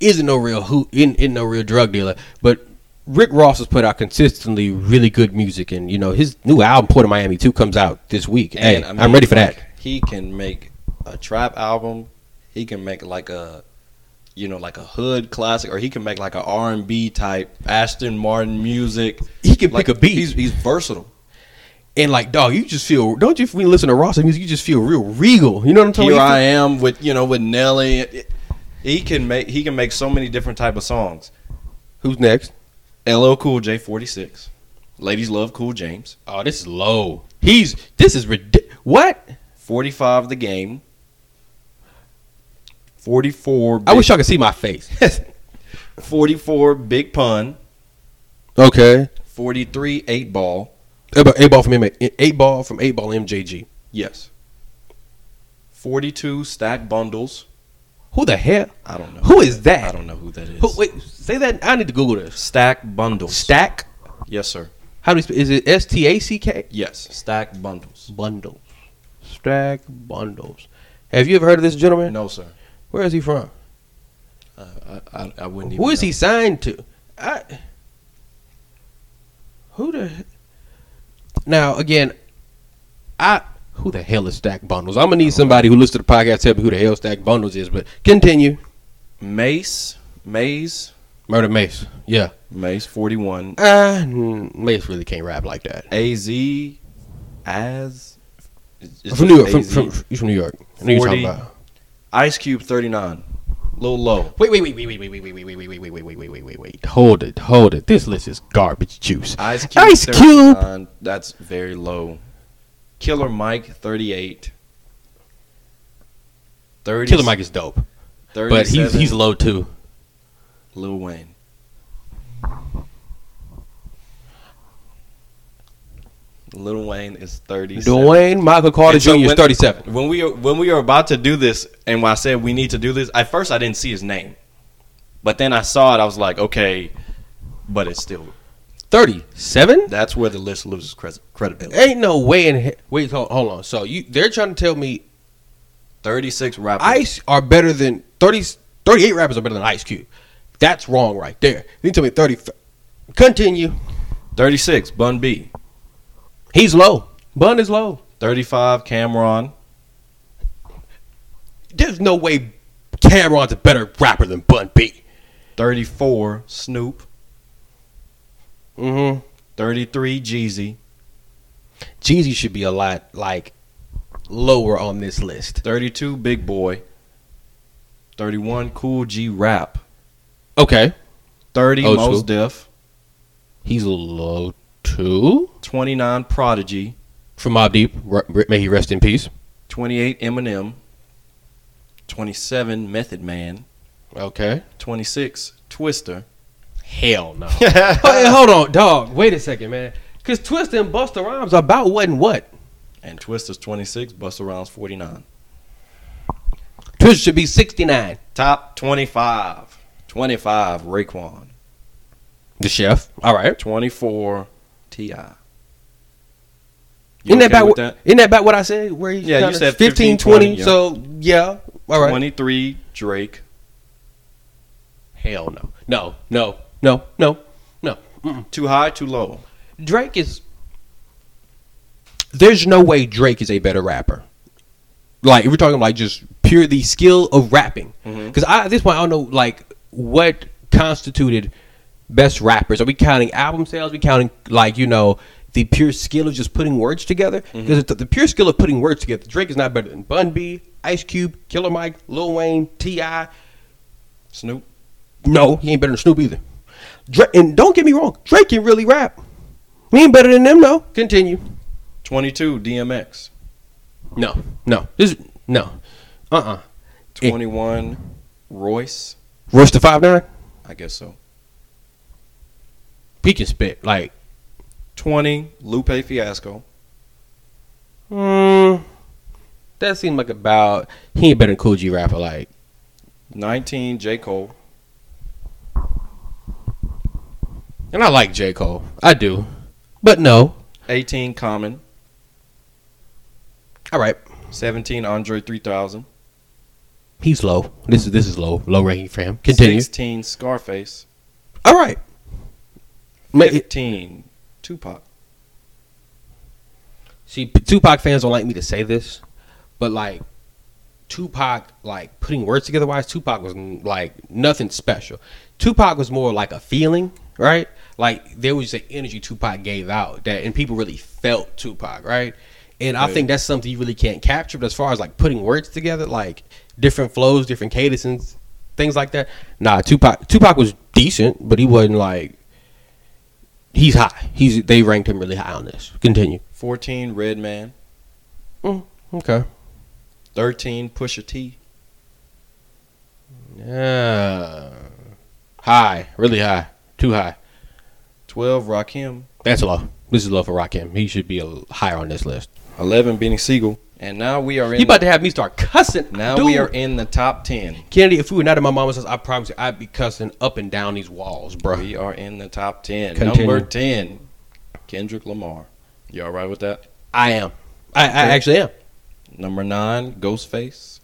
Speaker 1: isn't no real who in in no real drug dealer, but Rick Ross has put out consistently really good music, and you know his new album Port of Miami Two comes out this week. hey,
Speaker 2: I
Speaker 1: I'm
Speaker 2: mean,
Speaker 1: ready for
Speaker 2: like,
Speaker 1: that.
Speaker 2: He can make a trap album. He can make like a you know, like a hood classic, or he can make like an R and B type Ashton Martin music.
Speaker 1: He can
Speaker 2: like
Speaker 1: pick a beat.
Speaker 2: He's he's versatile.
Speaker 1: And like, dog, you just feel don't you when you listen to Ross music, you just feel real regal. You know what I'm talking
Speaker 2: Here
Speaker 1: about?
Speaker 2: I am with you know with Nelly. It- it- He can make he can make so many different type of songs.
Speaker 1: Who's next?
Speaker 2: LL Cool J forty six. Ladies love Cool James.
Speaker 1: Oh, this is low. He's this is ridiculous. What?
Speaker 2: Forty five the game. Forty four.
Speaker 1: I wish y'all could see my face.
Speaker 2: forty four big pun.
Speaker 1: okay.
Speaker 2: Forty three eight ball.
Speaker 1: Eight ball- eight ball from M- eight ball from eight ball MJG.
Speaker 2: Yes. Forty two stack bundles.
Speaker 1: Who the hell?
Speaker 2: I don't know.
Speaker 1: Who is that?
Speaker 2: I don't know who that is.
Speaker 1: Who, wait, say that. I need to Google this.
Speaker 2: Stack bundles.
Speaker 1: Stack.
Speaker 2: yes, sir.
Speaker 1: How do you? sp- Is it S T A C K?
Speaker 2: Yes. Stack bundles.
Speaker 1: Bundles. Stack bundles. Have you ever heard of this gentleman?
Speaker 2: No, sir.
Speaker 1: Where is he from?
Speaker 2: Uh, I, I, I wouldn't even.
Speaker 1: Who is
Speaker 2: know.
Speaker 1: he signed to? I. Who the? he- Now again, I who the hell is Stack Bundles? I'm gonna need somebody who listens to the podcast to tell me who the hell Stack Bundles is. But continue.
Speaker 2: Mace. Maze.
Speaker 1: Murder Mace. Yeah.
Speaker 2: Mace 41.
Speaker 1: Uh, mm, Mace really can't rap like that.
Speaker 2: AZ. As. it's- it's
Speaker 1: from New York.
Speaker 2: AZ.
Speaker 1: From, from, he's from New York. I know you're talking
Speaker 2: 40.
Speaker 1: about.
Speaker 2: Ice Cube 39. Lil Low.
Speaker 1: Wait, wait, wait, wait, wait, wait, wait, wait, wait, wait, wait, wait, wait, wait, wait, wait, wait, wait. Hold it, hold it. This list is garbage juice.
Speaker 2: Ice Cube.
Speaker 1: Ice Cube.
Speaker 2: 39. That's very low. Killer Mike 38. 30,
Speaker 1: Killer Mike is dope, but he's he's low too.
Speaker 2: Lil Wayne. Lil Wayne is thirty.
Speaker 1: Dwayne Michael Carter Jr. is 37.
Speaker 2: When we when we were about to do this, and when I said we need to do this, at first I didn't see his name, but then I saw it. I was like, okay, but it's still
Speaker 1: 37?
Speaker 2: that's where the list loses cres- credibility.
Speaker 1: Ain't no way in he- Wait, hold, hold on. So you they're trying to tell me
Speaker 2: Thirty six rappers.
Speaker 1: Ice are better than 30 38 rappers are better than Ice Cube. That's wrong right there. You tell me 30 Continue.
Speaker 2: Thirty six. Bun B.
Speaker 1: He's low. Bun is low.
Speaker 2: Thirty five. Cameron.
Speaker 1: There's no way Cameron's a better rapper than Bun B.
Speaker 2: Thirty four. Snoop.
Speaker 1: Mhm.
Speaker 2: Thirty three. Jeezy.
Speaker 1: Jeezy should be a lot like lower on this list.
Speaker 2: 32 Big Boy, 31 Cool G Rap,
Speaker 1: Okay.
Speaker 2: 30
Speaker 1: Old school.
Speaker 2: Most Def,
Speaker 1: He's low too.
Speaker 2: 29 Prodigy,
Speaker 1: From Mob Deep, r- r- may he rest in peace.
Speaker 2: 28 Eminem, 27 Method Man,
Speaker 1: Okay.
Speaker 2: 26 Twister.
Speaker 1: Hell no. Hey, hold on, dog. Wait a second, man. Cause Twista and Busta Rhymes are about what and what.
Speaker 2: And Twister's 26, Busta Rhymes 49.
Speaker 1: Twista should be sixty nine.
Speaker 2: Top 25. 25 Raekwon,
Speaker 1: The chef. All right.
Speaker 2: 24 Ti. You
Speaker 1: Isn't that
Speaker 2: okay
Speaker 1: about
Speaker 2: with
Speaker 1: what? Isn't that about what I said? Where he's
Speaker 2: Yeah, you
Speaker 1: kinda
Speaker 2: said
Speaker 1: 15,
Speaker 2: 15,
Speaker 1: 20,
Speaker 2: 20, yeah.
Speaker 1: So yeah. All right.
Speaker 2: 23 Drake,
Speaker 1: Hell no. No. No. No. No. No. Mm-mm.
Speaker 2: too high, too low.
Speaker 1: Drake is. There's no way Drake is a better rapper. Like if we're talking like just pure the skill of rapping,
Speaker 2: Mhm.
Speaker 1: because I at this point I don't know like what constituted best rappers. Are we counting album sales? we counting like you know the pure skill of just putting words together? Because the, the pure skill of putting words together, Drake is not better than Bun B, Ice Cube, Killer Mike, Lil Wayne, Ti.
Speaker 2: Snoop,
Speaker 1: No, he ain't better than Snoop either. Drake, and don't get me wrong, Drake can really rap. He ain't better than them though. Continue.
Speaker 2: 22 DMX.
Speaker 1: No, no, this is- no. Uh uh
Speaker 2: 21 Royce.
Speaker 1: Rush to five nine.
Speaker 2: I guess so.
Speaker 1: He can spit like.
Speaker 2: 20 Lupe Fiasco.
Speaker 1: Mm, that seemed like about he ain't better than Cool G rapper like.
Speaker 2: 19 J. Cole.
Speaker 1: And I like J Cole, I do, but no.
Speaker 2: 18 Common.
Speaker 1: All right,
Speaker 2: 17 Andre 3000.
Speaker 1: he's low. This is this is low, low ranking for him. Continue.
Speaker 2: 16 Scarface.
Speaker 1: All right. Ma-
Speaker 2: 15 Tupac.
Speaker 1: See, P- Tupac fans don't like me to say this, but like Tupac, like putting words together wise, Tupac was mm, like nothing special. Tupac was more like a feeling, right? Like there was the energy Tupac gave out that, and people really felt Tupac, right? And I think that's something you really can't capture. But as far as like putting words together, like different flows, different cadences, things like that. Nah, Tupac. Tupac was decent, but he wasn't like he's high. He's they ranked him really high on this. Continue.
Speaker 2: 14, Redman.
Speaker 1: Okay.
Speaker 2: 13, Pusha T.
Speaker 1: Yeah. High, really high, too high.
Speaker 2: 12, Rakim.
Speaker 1: That's low. This is low for Rakim. He should be a, higher on this list.
Speaker 2: 11, Benny Siegel. And now we are in.
Speaker 1: You about to have me start cussing?
Speaker 2: now
Speaker 1: Dude,
Speaker 2: we are in the top 10.
Speaker 1: Kennedy. If we were not in my mama's house, I promise you, I'd be cussing up and down these walls, bro.
Speaker 2: We are in the top 10.
Speaker 1: Continue.
Speaker 2: Number 10, Kendrick Lamar. You all right with that?
Speaker 1: I am. I, I actually am.
Speaker 2: Number 9, Ghostface.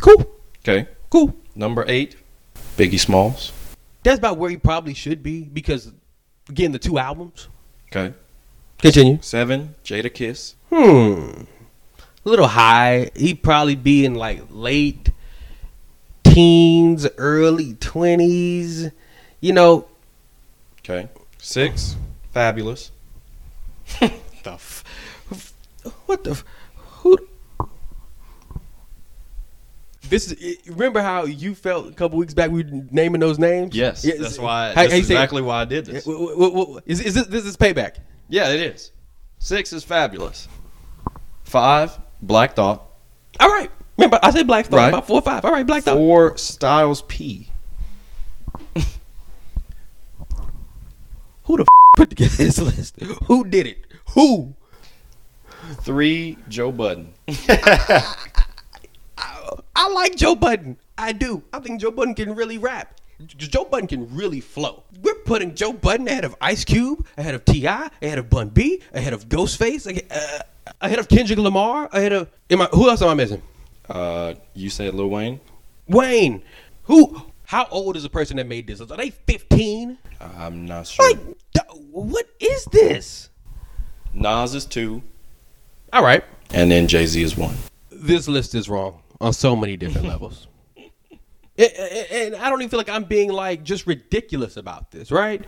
Speaker 1: Cool,
Speaker 2: Okay.
Speaker 1: cool.
Speaker 2: Number 8, Biggie Smalls.
Speaker 1: That's about where he probably should be because, again, the two albums.
Speaker 2: Okay.
Speaker 1: Continue.
Speaker 2: 7, Jada Kiss.
Speaker 1: Hmm. A little high. He'd probably be in like late teens, early 20s. You know,
Speaker 2: Okay. 6, Fabulous.
Speaker 1: the f- f- what the f- who this is i- remember how you felt a couple weeks back we were naming those names
Speaker 2: Yes.
Speaker 1: Yeah,
Speaker 2: that's
Speaker 1: is-
Speaker 2: why.
Speaker 1: how-
Speaker 2: That's
Speaker 1: how you say-
Speaker 2: exactly why I did
Speaker 1: Yeah,
Speaker 2: this.
Speaker 1: wh- wh- wh- is, is this, this is payback
Speaker 2: Yeah, it is. Six is fabulous. Five, Black Thought.
Speaker 1: all right remember i said black thought
Speaker 2: Right.
Speaker 1: about four or five all right black thought
Speaker 2: Four, Styles P.
Speaker 1: who the f- put together this list who did it who
Speaker 2: Three, Joe Budden.
Speaker 1: i like joe budden i do i think joe budden can really rap J- Joe Budden can really flow. We're putting Joe Budden ahead of Ice Cube, ahead of Ti, ahead of Bun B, ahead of Ghostface, ahe- uh, ahead of Kendrick Lamar, ahead of am I, who else am I missing?
Speaker 2: Uh, you said Lil Wayne?
Speaker 1: Wayne. Who? How old is the person that made this? Are they fifteen?
Speaker 2: I'm not sure.
Speaker 1: Like, d- what is this?
Speaker 2: Nas is two,
Speaker 1: All right,
Speaker 2: and then Jay Z is one.
Speaker 1: this list is wrong on so many different levels. And- And and I don't even feel like I'm being like just ridiculous about this, right?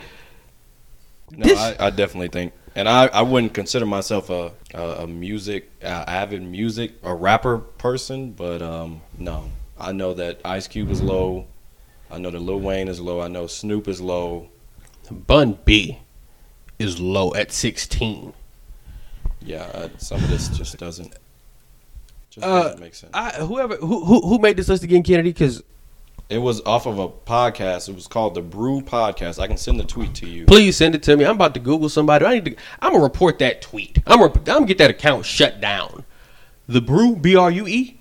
Speaker 2: No, I, I definitely think, and I, I wouldn't consider myself a a, a music uh, avid music a rapper person, but um, no, I know that Ice Cube is low. I know that Lil Wayne is low. I know Snoop is low.
Speaker 1: Bun B is low at 16.
Speaker 2: Yeah, I, some of this just doesn't just
Speaker 1: Uh,
Speaker 2: doesn't make sense.
Speaker 1: I, whoever who, who who made this list again, Kennedy? Because
Speaker 2: It was off of a podcast. It was called the Brew Podcast. I can send the tweet to you.
Speaker 1: please send it to me. I'm about to Google somebody. I need to. I'm gonna report that tweet. I'm gonna, I'm gonna get that account shut down. The brew B R U E.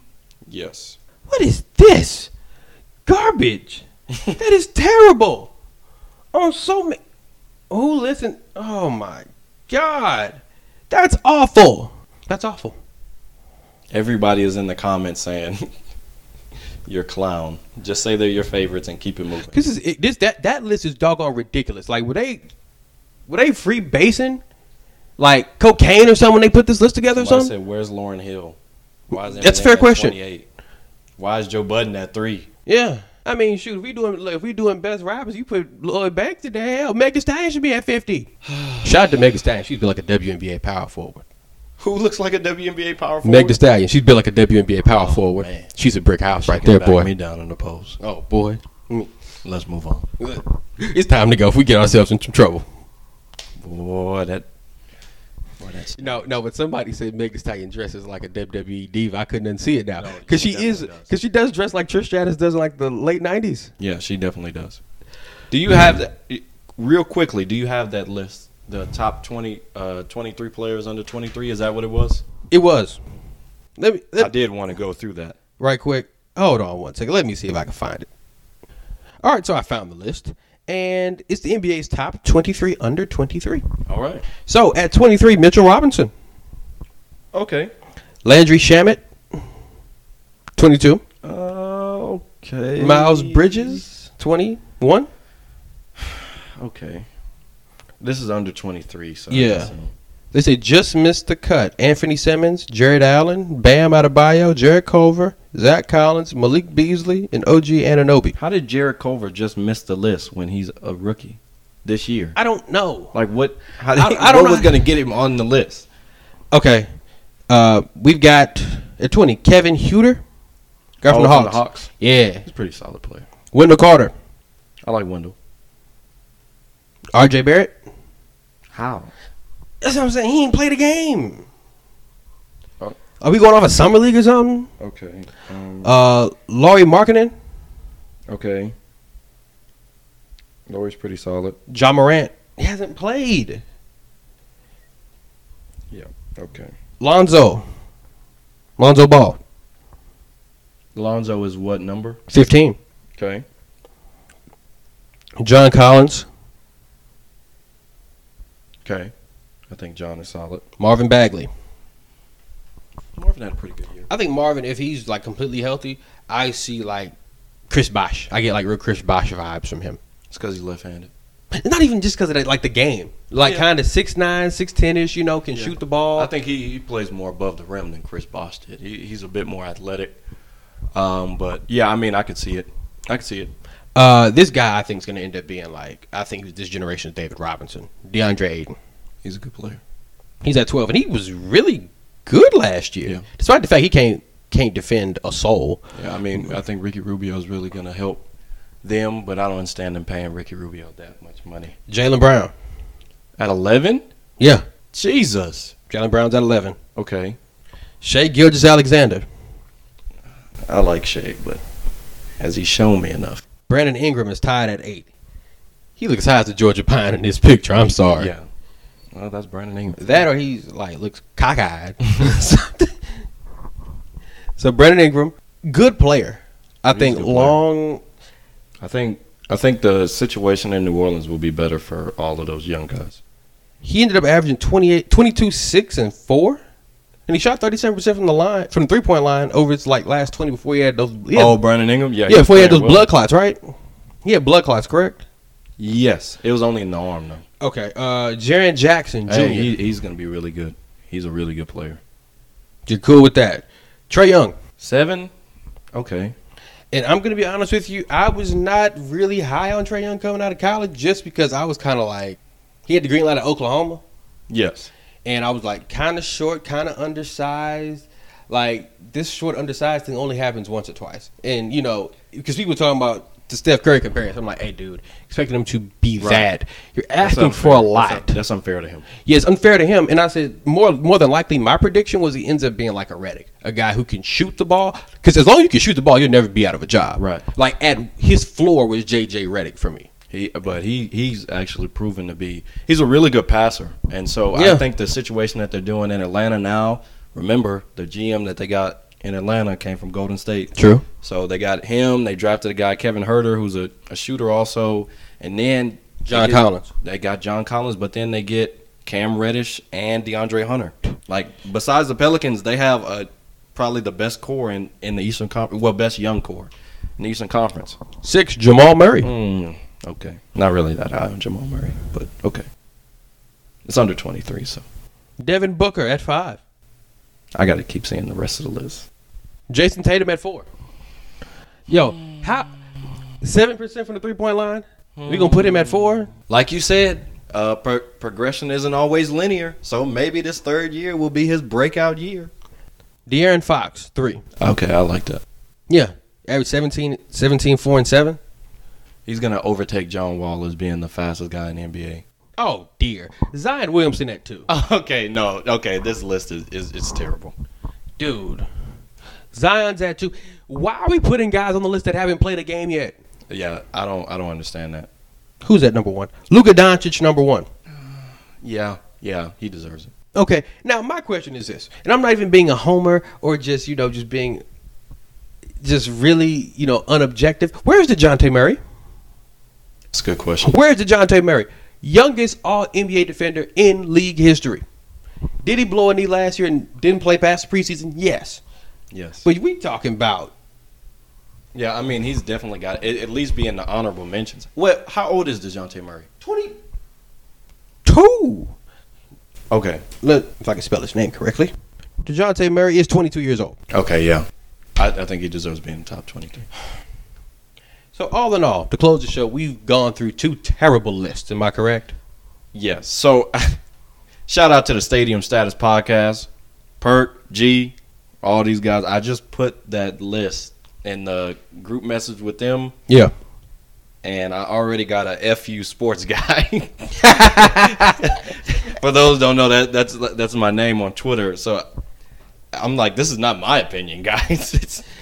Speaker 2: Yes.
Speaker 1: What is this garbage? that is terrible. On so many. Who listen? Oh my god, that's awful. That's awful.
Speaker 2: Everybody is in the comments saying you're clown. Just say they're your favorites and keep it moving.
Speaker 1: This is it, this that that list is doggone ridiculous. Like were they were they free basing like cocaine or something when they put this list together or
Speaker 2: Somebody
Speaker 1: something?
Speaker 2: said, "Where's Lauren Hill? Why is
Speaker 1: That's a fair
Speaker 2: everything at
Speaker 1: question.
Speaker 2: 28? Why is Joe Budden at three?
Speaker 1: Yeah. I mean, shoot, if we doing look, if we doing best rappers, you put Lloyd Banks in the hell. Megan Stallion should be at fifty. Shout out to Megan Stallion. She's been like a WNBA power forward.
Speaker 2: Who looks like a WNBA power forward? Oh,
Speaker 1: Meg Thee Stallion. She's built like a WNBA power forward.
Speaker 2: man.
Speaker 1: She's a brick house right there, boy.
Speaker 2: down in the post.
Speaker 1: Oh boy,
Speaker 2: Let's move on.
Speaker 1: it's time to go. If we get ourselves in some trouble.
Speaker 2: Boy, that. Boy, that's.
Speaker 1: No, no, but somebody said Megan Stallion dresses like a WWE diva. I couldn't unsee it now
Speaker 2: No,
Speaker 1: because
Speaker 2: she
Speaker 1: she is
Speaker 2: definitely does.
Speaker 1: because she does dress like Trish Stratus does in like the late nineties.
Speaker 2: Yeah, she definitely does. Do you have that? Real quickly, do you have that list? The top 20, uh, 23 players under 23? Is that what it was?
Speaker 1: It was. Let me
Speaker 2: I
Speaker 1: let,
Speaker 2: did want to go through that.
Speaker 1: right quick. Hold on one second. Let me see if I can find it. All right, so I found the list, and it's the NBA's top twenty-three under twenty-three.
Speaker 2: All right.
Speaker 1: So at twenty-three, Mitchell Robinson,
Speaker 2: Okay.
Speaker 1: Landry Shamit, twenty-two,
Speaker 2: Okay.
Speaker 1: Miles Bridges, twenty-one.
Speaker 2: Okay. This is under 23, so. uh,
Speaker 1: Yeah. They say just missed the cut. Anthony Simmons, Jared Allen, Bam Adebayo, Jared Culver, Zach Collins, Malik Beasley, and OG Ananobi.
Speaker 2: How did Jared Culver just miss the list when he's a rookie this year?
Speaker 1: I don't know.
Speaker 2: Like what? How
Speaker 1: I- I don't
Speaker 2: what was
Speaker 1: know.
Speaker 2: going to get him on the list?
Speaker 1: Okay. Uh, we've got at 20, Kevin Huter. Guy from
Speaker 2: Oh,
Speaker 1: the Hawks.
Speaker 2: Hawks.
Speaker 1: Yeah.
Speaker 2: He's a pretty solid player.
Speaker 1: Wendell Carter.
Speaker 2: I like Wendell.
Speaker 1: RJ Barrett.
Speaker 2: How?
Speaker 1: That's what I'm saying. He ain't played a game.
Speaker 2: Oh.
Speaker 1: Are we going off a summer league or something?
Speaker 2: Okay. um,
Speaker 1: Uh, Laurie Markkinen,
Speaker 2: okay. Lori's pretty solid.
Speaker 1: John Morant. He hasn't played.
Speaker 2: Okay.
Speaker 1: Lonzo. Lonzo Ball.
Speaker 2: Lonzo is what number?
Speaker 1: 15.
Speaker 2: Okay.
Speaker 1: John Collins.
Speaker 2: Okay. I think John is solid.
Speaker 1: Marvin Bagley.
Speaker 2: Marvin had a pretty good year.
Speaker 1: I think Marvin, if he's like completely healthy, I see like Chris Bosh. I get like real Chris Bosh vibes from him.
Speaker 2: It's because he's left-handed.
Speaker 1: Not even just because of that, like the game. Like
Speaker 2: Yeah.
Speaker 1: kind of 6'9, 6'10 ish, you know, can
Speaker 2: Yeah.
Speaker 1: shoot the ball.
Speaker 2: I think he, he plays more above the rim than Chris Bosh did. He, he's a bit more athletic. Um, but yeah, I mean, I could see it. I could see it.
Speaker 1: Uh, this guy, I think, is going to end up being like I think this generation's David Robinson, DeAndre Aiden.
Speaker 2: He's a good player.
Speaker 1: He's at twelve, and he was really good last year,
Speaker 2: Yeah.
Speaker 1: despite the fact he can't can't defend a soul.
Speaker 2: Yeah, I mean, I think Ricky Rubio is really going to help them, but I don't understand them paying Ricky Rubio that much money.
Speaker 1: Jalen Brown,
Speaker 2: At 11?
Speaker 1: yeah,
Speaker 2: Jesus.
Speaker 1: Jalen Brown's at eleven.
Speaker 2: Okay.
Speaker 1: Shea Gilgis Alexander,
Speaker 2: I like Shake, but has he shown me enough?
Speaker 1: Brandon Ingram is tied at eight. He looks high as a Georgia pine in this picture. I'm sorry.
Speaker 2: Yeah. Well, that's Brandon Ingram.
Speaker 1: That or he's like looks cockeyed. so Brandon Ingram, good player. I
Speaker 2: He's a
Speaker 1: think
Speaker 2: good player.
Speaker 1: long
Speaker 2: I think I think the situation in New Orleans will be better for all of those young guys.
Speaker 1: he ended up averaging 28, 22, 6, and 4. And he shot 37% from the line, from the three point line over his like last 20 before he had those. he had-
Speaker 2: Oh, Brandon Ingram? Yeah.
Speaker 1: yeah, before he had those
Speaker 2: playing well.
Speaker 1: blood clots, right? He had blood clots, correct?
Speaker 2: Yes. It was only in the arm, though.
Speaker 1: Okay. Uh, Jaron Jackson Jr.
Speaker 2: Hey, he, he's going to be really good. He's a really good player.
Speaker 1: You're cool with that. Trey Young.
Speaker 2: Seven? Okay.
Speaker 1: And I'm going to be honest with you, I was not really high on Trey Young coming out of college just because I was kind of like, he had the green light at Oklahoma.
Speaker 2: Yes.
Speaker 1: and I was like kind of short, kind of undersized. Like this short, undersized thing only happens once or twice, and you know because people talking about the Steph Curry comparison. I'm like, hey, dude, expecting him to be
Speaker 2: Right.
Speaker 1: that, you're
Speaker 2: That's
Speaker 1: asking for
Speaker 2: unfair.
Speaker 1: a
Speaker 2: That's
Speaker 1: lot.
Speaker 2: un- That's unfair to him.
Speaker 1: Yeah, it's unfair to him. And I said more more than likely, my prediction was he ends up being like a Reddick, a guy who can shoot the ball. Because as long as you can shoot the ball, you'll never be out of a job.
Speaker 2: Right.
Speaker 1: Like at his floor was JJ Reddick for me.
Speaker 2: He, but he he's actually proven to be he's a really good passer, and so
Speaker 1: Yeah.
Speaker 2: I think the situation that they're doing in Atlanta now. Remember, the GM that they got in Atlanta came from Golden State.
Speaker 1: True.
Speaker 2: So they got him. They drafted a guy Kevin Herter, who's a, a shooter also, and then they
Speaker 1: John
Speaker 2: get-
Speaker 1: Collins.
Speaker 2: They got John Collins, but then they get Cam Reddish and DeAndre Hunter. Like besides the Pelicans, they have a probably the best core in in the Eastern Conference. Well, best young core in the Eastern Conference.
Speaker 1: Six, Jamal Murray.
Speaker 2: Mm, okay. Not really that high on Jamal Murray, but okay. It's under 23, so
Speaker 1: Devin Booker at five.
Speaker 2: I got to keep seeing the rest of the list.
Speaker 1: Jason Tatum at four. Yo, how seven percent from the three point line? We gonna put him at four?
Speaker 2: Like you said, uh, pro- progression isn't always linear, so maybe this third year will be his breakout year.
Speaker 1: De'Aaron Fox three.
Speaker 2: Okay, I like that.
Speaker 1: Yeah, average 17, 17 four and seven.
Speaker 2: He's going to overtake John Wall as being the fastest guy in the NBA.
Speaker 1: Oh dear, Zion Williamson at two.
Speaker 2: Okay, no. Okay, this list is, is it's terrible.
Speaker 1: Dude, Zion's at two. Why are we putting guys on the list that haven't played a game yet?
Speaker 2: Yeah, I don't I don't understand that.
Speaker 1: Who's at number one? Luka Doncic number one.
Speaker 2: Yeah. Yeah, he deserves it.
Speaker 1: Okay, now my question is this, and I'm not even being a homer or just you know just being just really you know unobjective. Where is the Jonte Murray?
Speaker 2: It's a good question.
Speaker 1: Where's DeJounte Murray? Youngest all NBA defender in league history. Did he blow a knee last year and didn't play past the preseason? Yes.
Speaker 2: Yes.
Speaker 1: But we talking about
Speaker 2: Yeah, I mean, he's definitely got it, at least be in the honorable mentions. What? How old is Dejounte Murray?
Speaker 1: 22.
Speaker 2: Okay.
Speaker 1: Look, if I can spell his name correctly. DeJounte Murray is 22 years old.
Speaker 2: Okay, yeah. I, I think he deserves being top 23.
Speaker 1: So, all in all, to close the show, we've gone through two terrible lists. Am I correct?
Speaker 2: Yes. So, shout out to the Stadium Status Podcast, Perk, G, all these guys. I just put that list in the group message with them,
Speaker 1: Yeah.
Speaker 2: and I already got a FU sports guy. For those who don't know that that's that's my name on Twitter. So I'm like, this is not my opinion, guys. It's,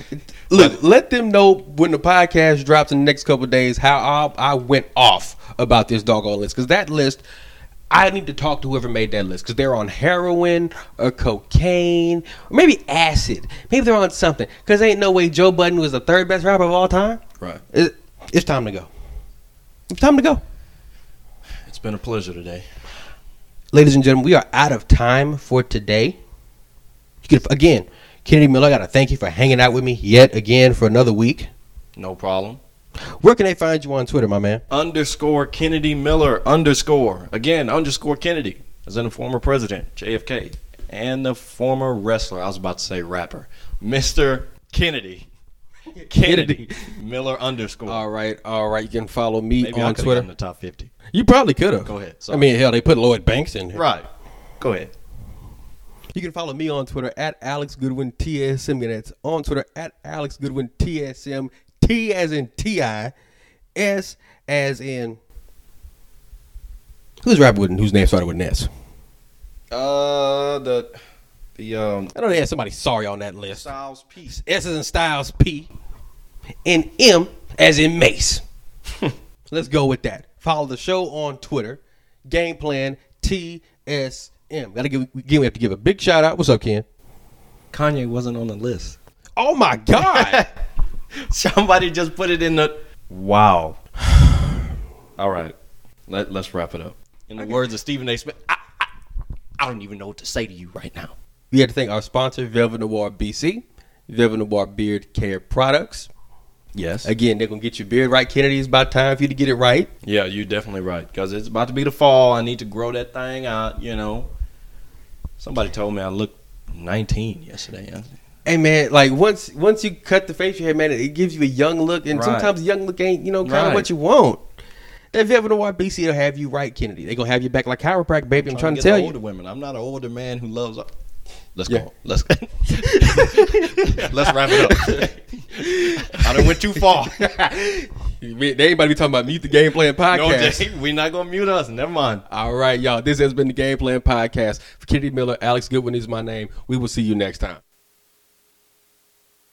Speaker 1: Look, let them know when the podcast drops in the next couple of days how I, I went off about this doggone list. Because that list, I need to talk to whoever made that list. Because they're on heroin or cocaine, or maybe acid. Maybe they're on something. Because ain't no way Joe Budden was the third best rapper of all time.
Speaker 2: right.
Speaker 1: It, it's time to go. It's time to go.
Speaker 2: It's been a pleasure today.
Speaker 1: ladies and gentlemen, we are out of time for today. You could, again, Kennedy Miller, I got to thank you for hanging out with me yet again for another week.
Speaker 2: No problem.
Speaker 1: Where can they find you on Twitter, my man?
Speaker 2: underscore Kennedy Miller underscore again underscore Kennedy as in the former president JFK and the former wrestler I was about to say rapper Mr. Kennedy Kennedy Miller underscore
Speaker 1: All right, all right. You can follow me
Speaker 2: maybe I
Speaker 1: on
Speaker 2: could
Speaker 1: Twitter.
Speaker 2: in the top fifty
Speaker 1: You probably could have.
Speaker 2: Go ahead,
Speaker 1: I
Speaker 2: sorry.
Speaker 1: mean, hell, they put Lloyd Banks in here.
Speaker 2: right go ahead
Speaker 1: You can follow me on Twitter at Alex Goodwin TSM. Again, That's on Twitter at Alex Goodwin TSM. T as in T I, S as in. Who's rapping with whose name started with an S?
Speaker 2: uh the the um
Speaker 1: I know they had somebody sorry on that list.
Speaker 2: Styles piece
Speaker 1: S is in Styles P, and M as in Mace. Let's go with that. Follow the show on Twitter, Game Plan TSM. Gotta give again. We have to give a big shout out. What's up, Ken?
Speaker 2: Kanye wasn't on the list
Speaker 1: Oh my God!
Speaker 2: somebody just put it in the wow all right Let, let's wrap it up in the words of Stephen A. Smith I, I, I don't even know what to say to you right now
Speaker 1: we had to thank our sponsor, Velvet Noir BC, Velvet Noir Beard Care Products.
Speaker 2: yes
Speaker 1: Again, they're gonna get your beard right, Kennedy. It's about time for you to get it right.
Speaker 2: Yeah, you're definitely right. Because it's about to be the fall. I need to grow that thing out, you know. Somebody told me I looked 19 yesterday. I-
Speaker 1: Hey man, like once once you cut the facial hair, man, it gives you a young look, and
Speaker 2: Right.
Speaker 1: sometimes young look ain't you know kind of
Speaker 2: Right.
Speaker 1: what you want. If you ever know why BC, will have you right, Kennedy. They gonna have you back like chiropractic, baby. I'm, trying to
Speaker 2: get
Speaker 1: tell
Speaker 2: the
Speaker 1: you.
Speaker 2: older women. I'm not an older man who loves. uh, Let's
Speaker 1: Yeah.
Speaker 2: go. Let's let's wrap it up. I done went too far.
Speaker 1: they ain't about to be talking about mute the game plan
Speaker 2: No,
Speaker 1: podcast.
Speaker 2: Jay, we not gonna mute us. Never mind.
Speaker 1: All right, y'all. This has been the game plan podcast. For Kennedy Miller, Alex Goodwin is my name. We will see you next time.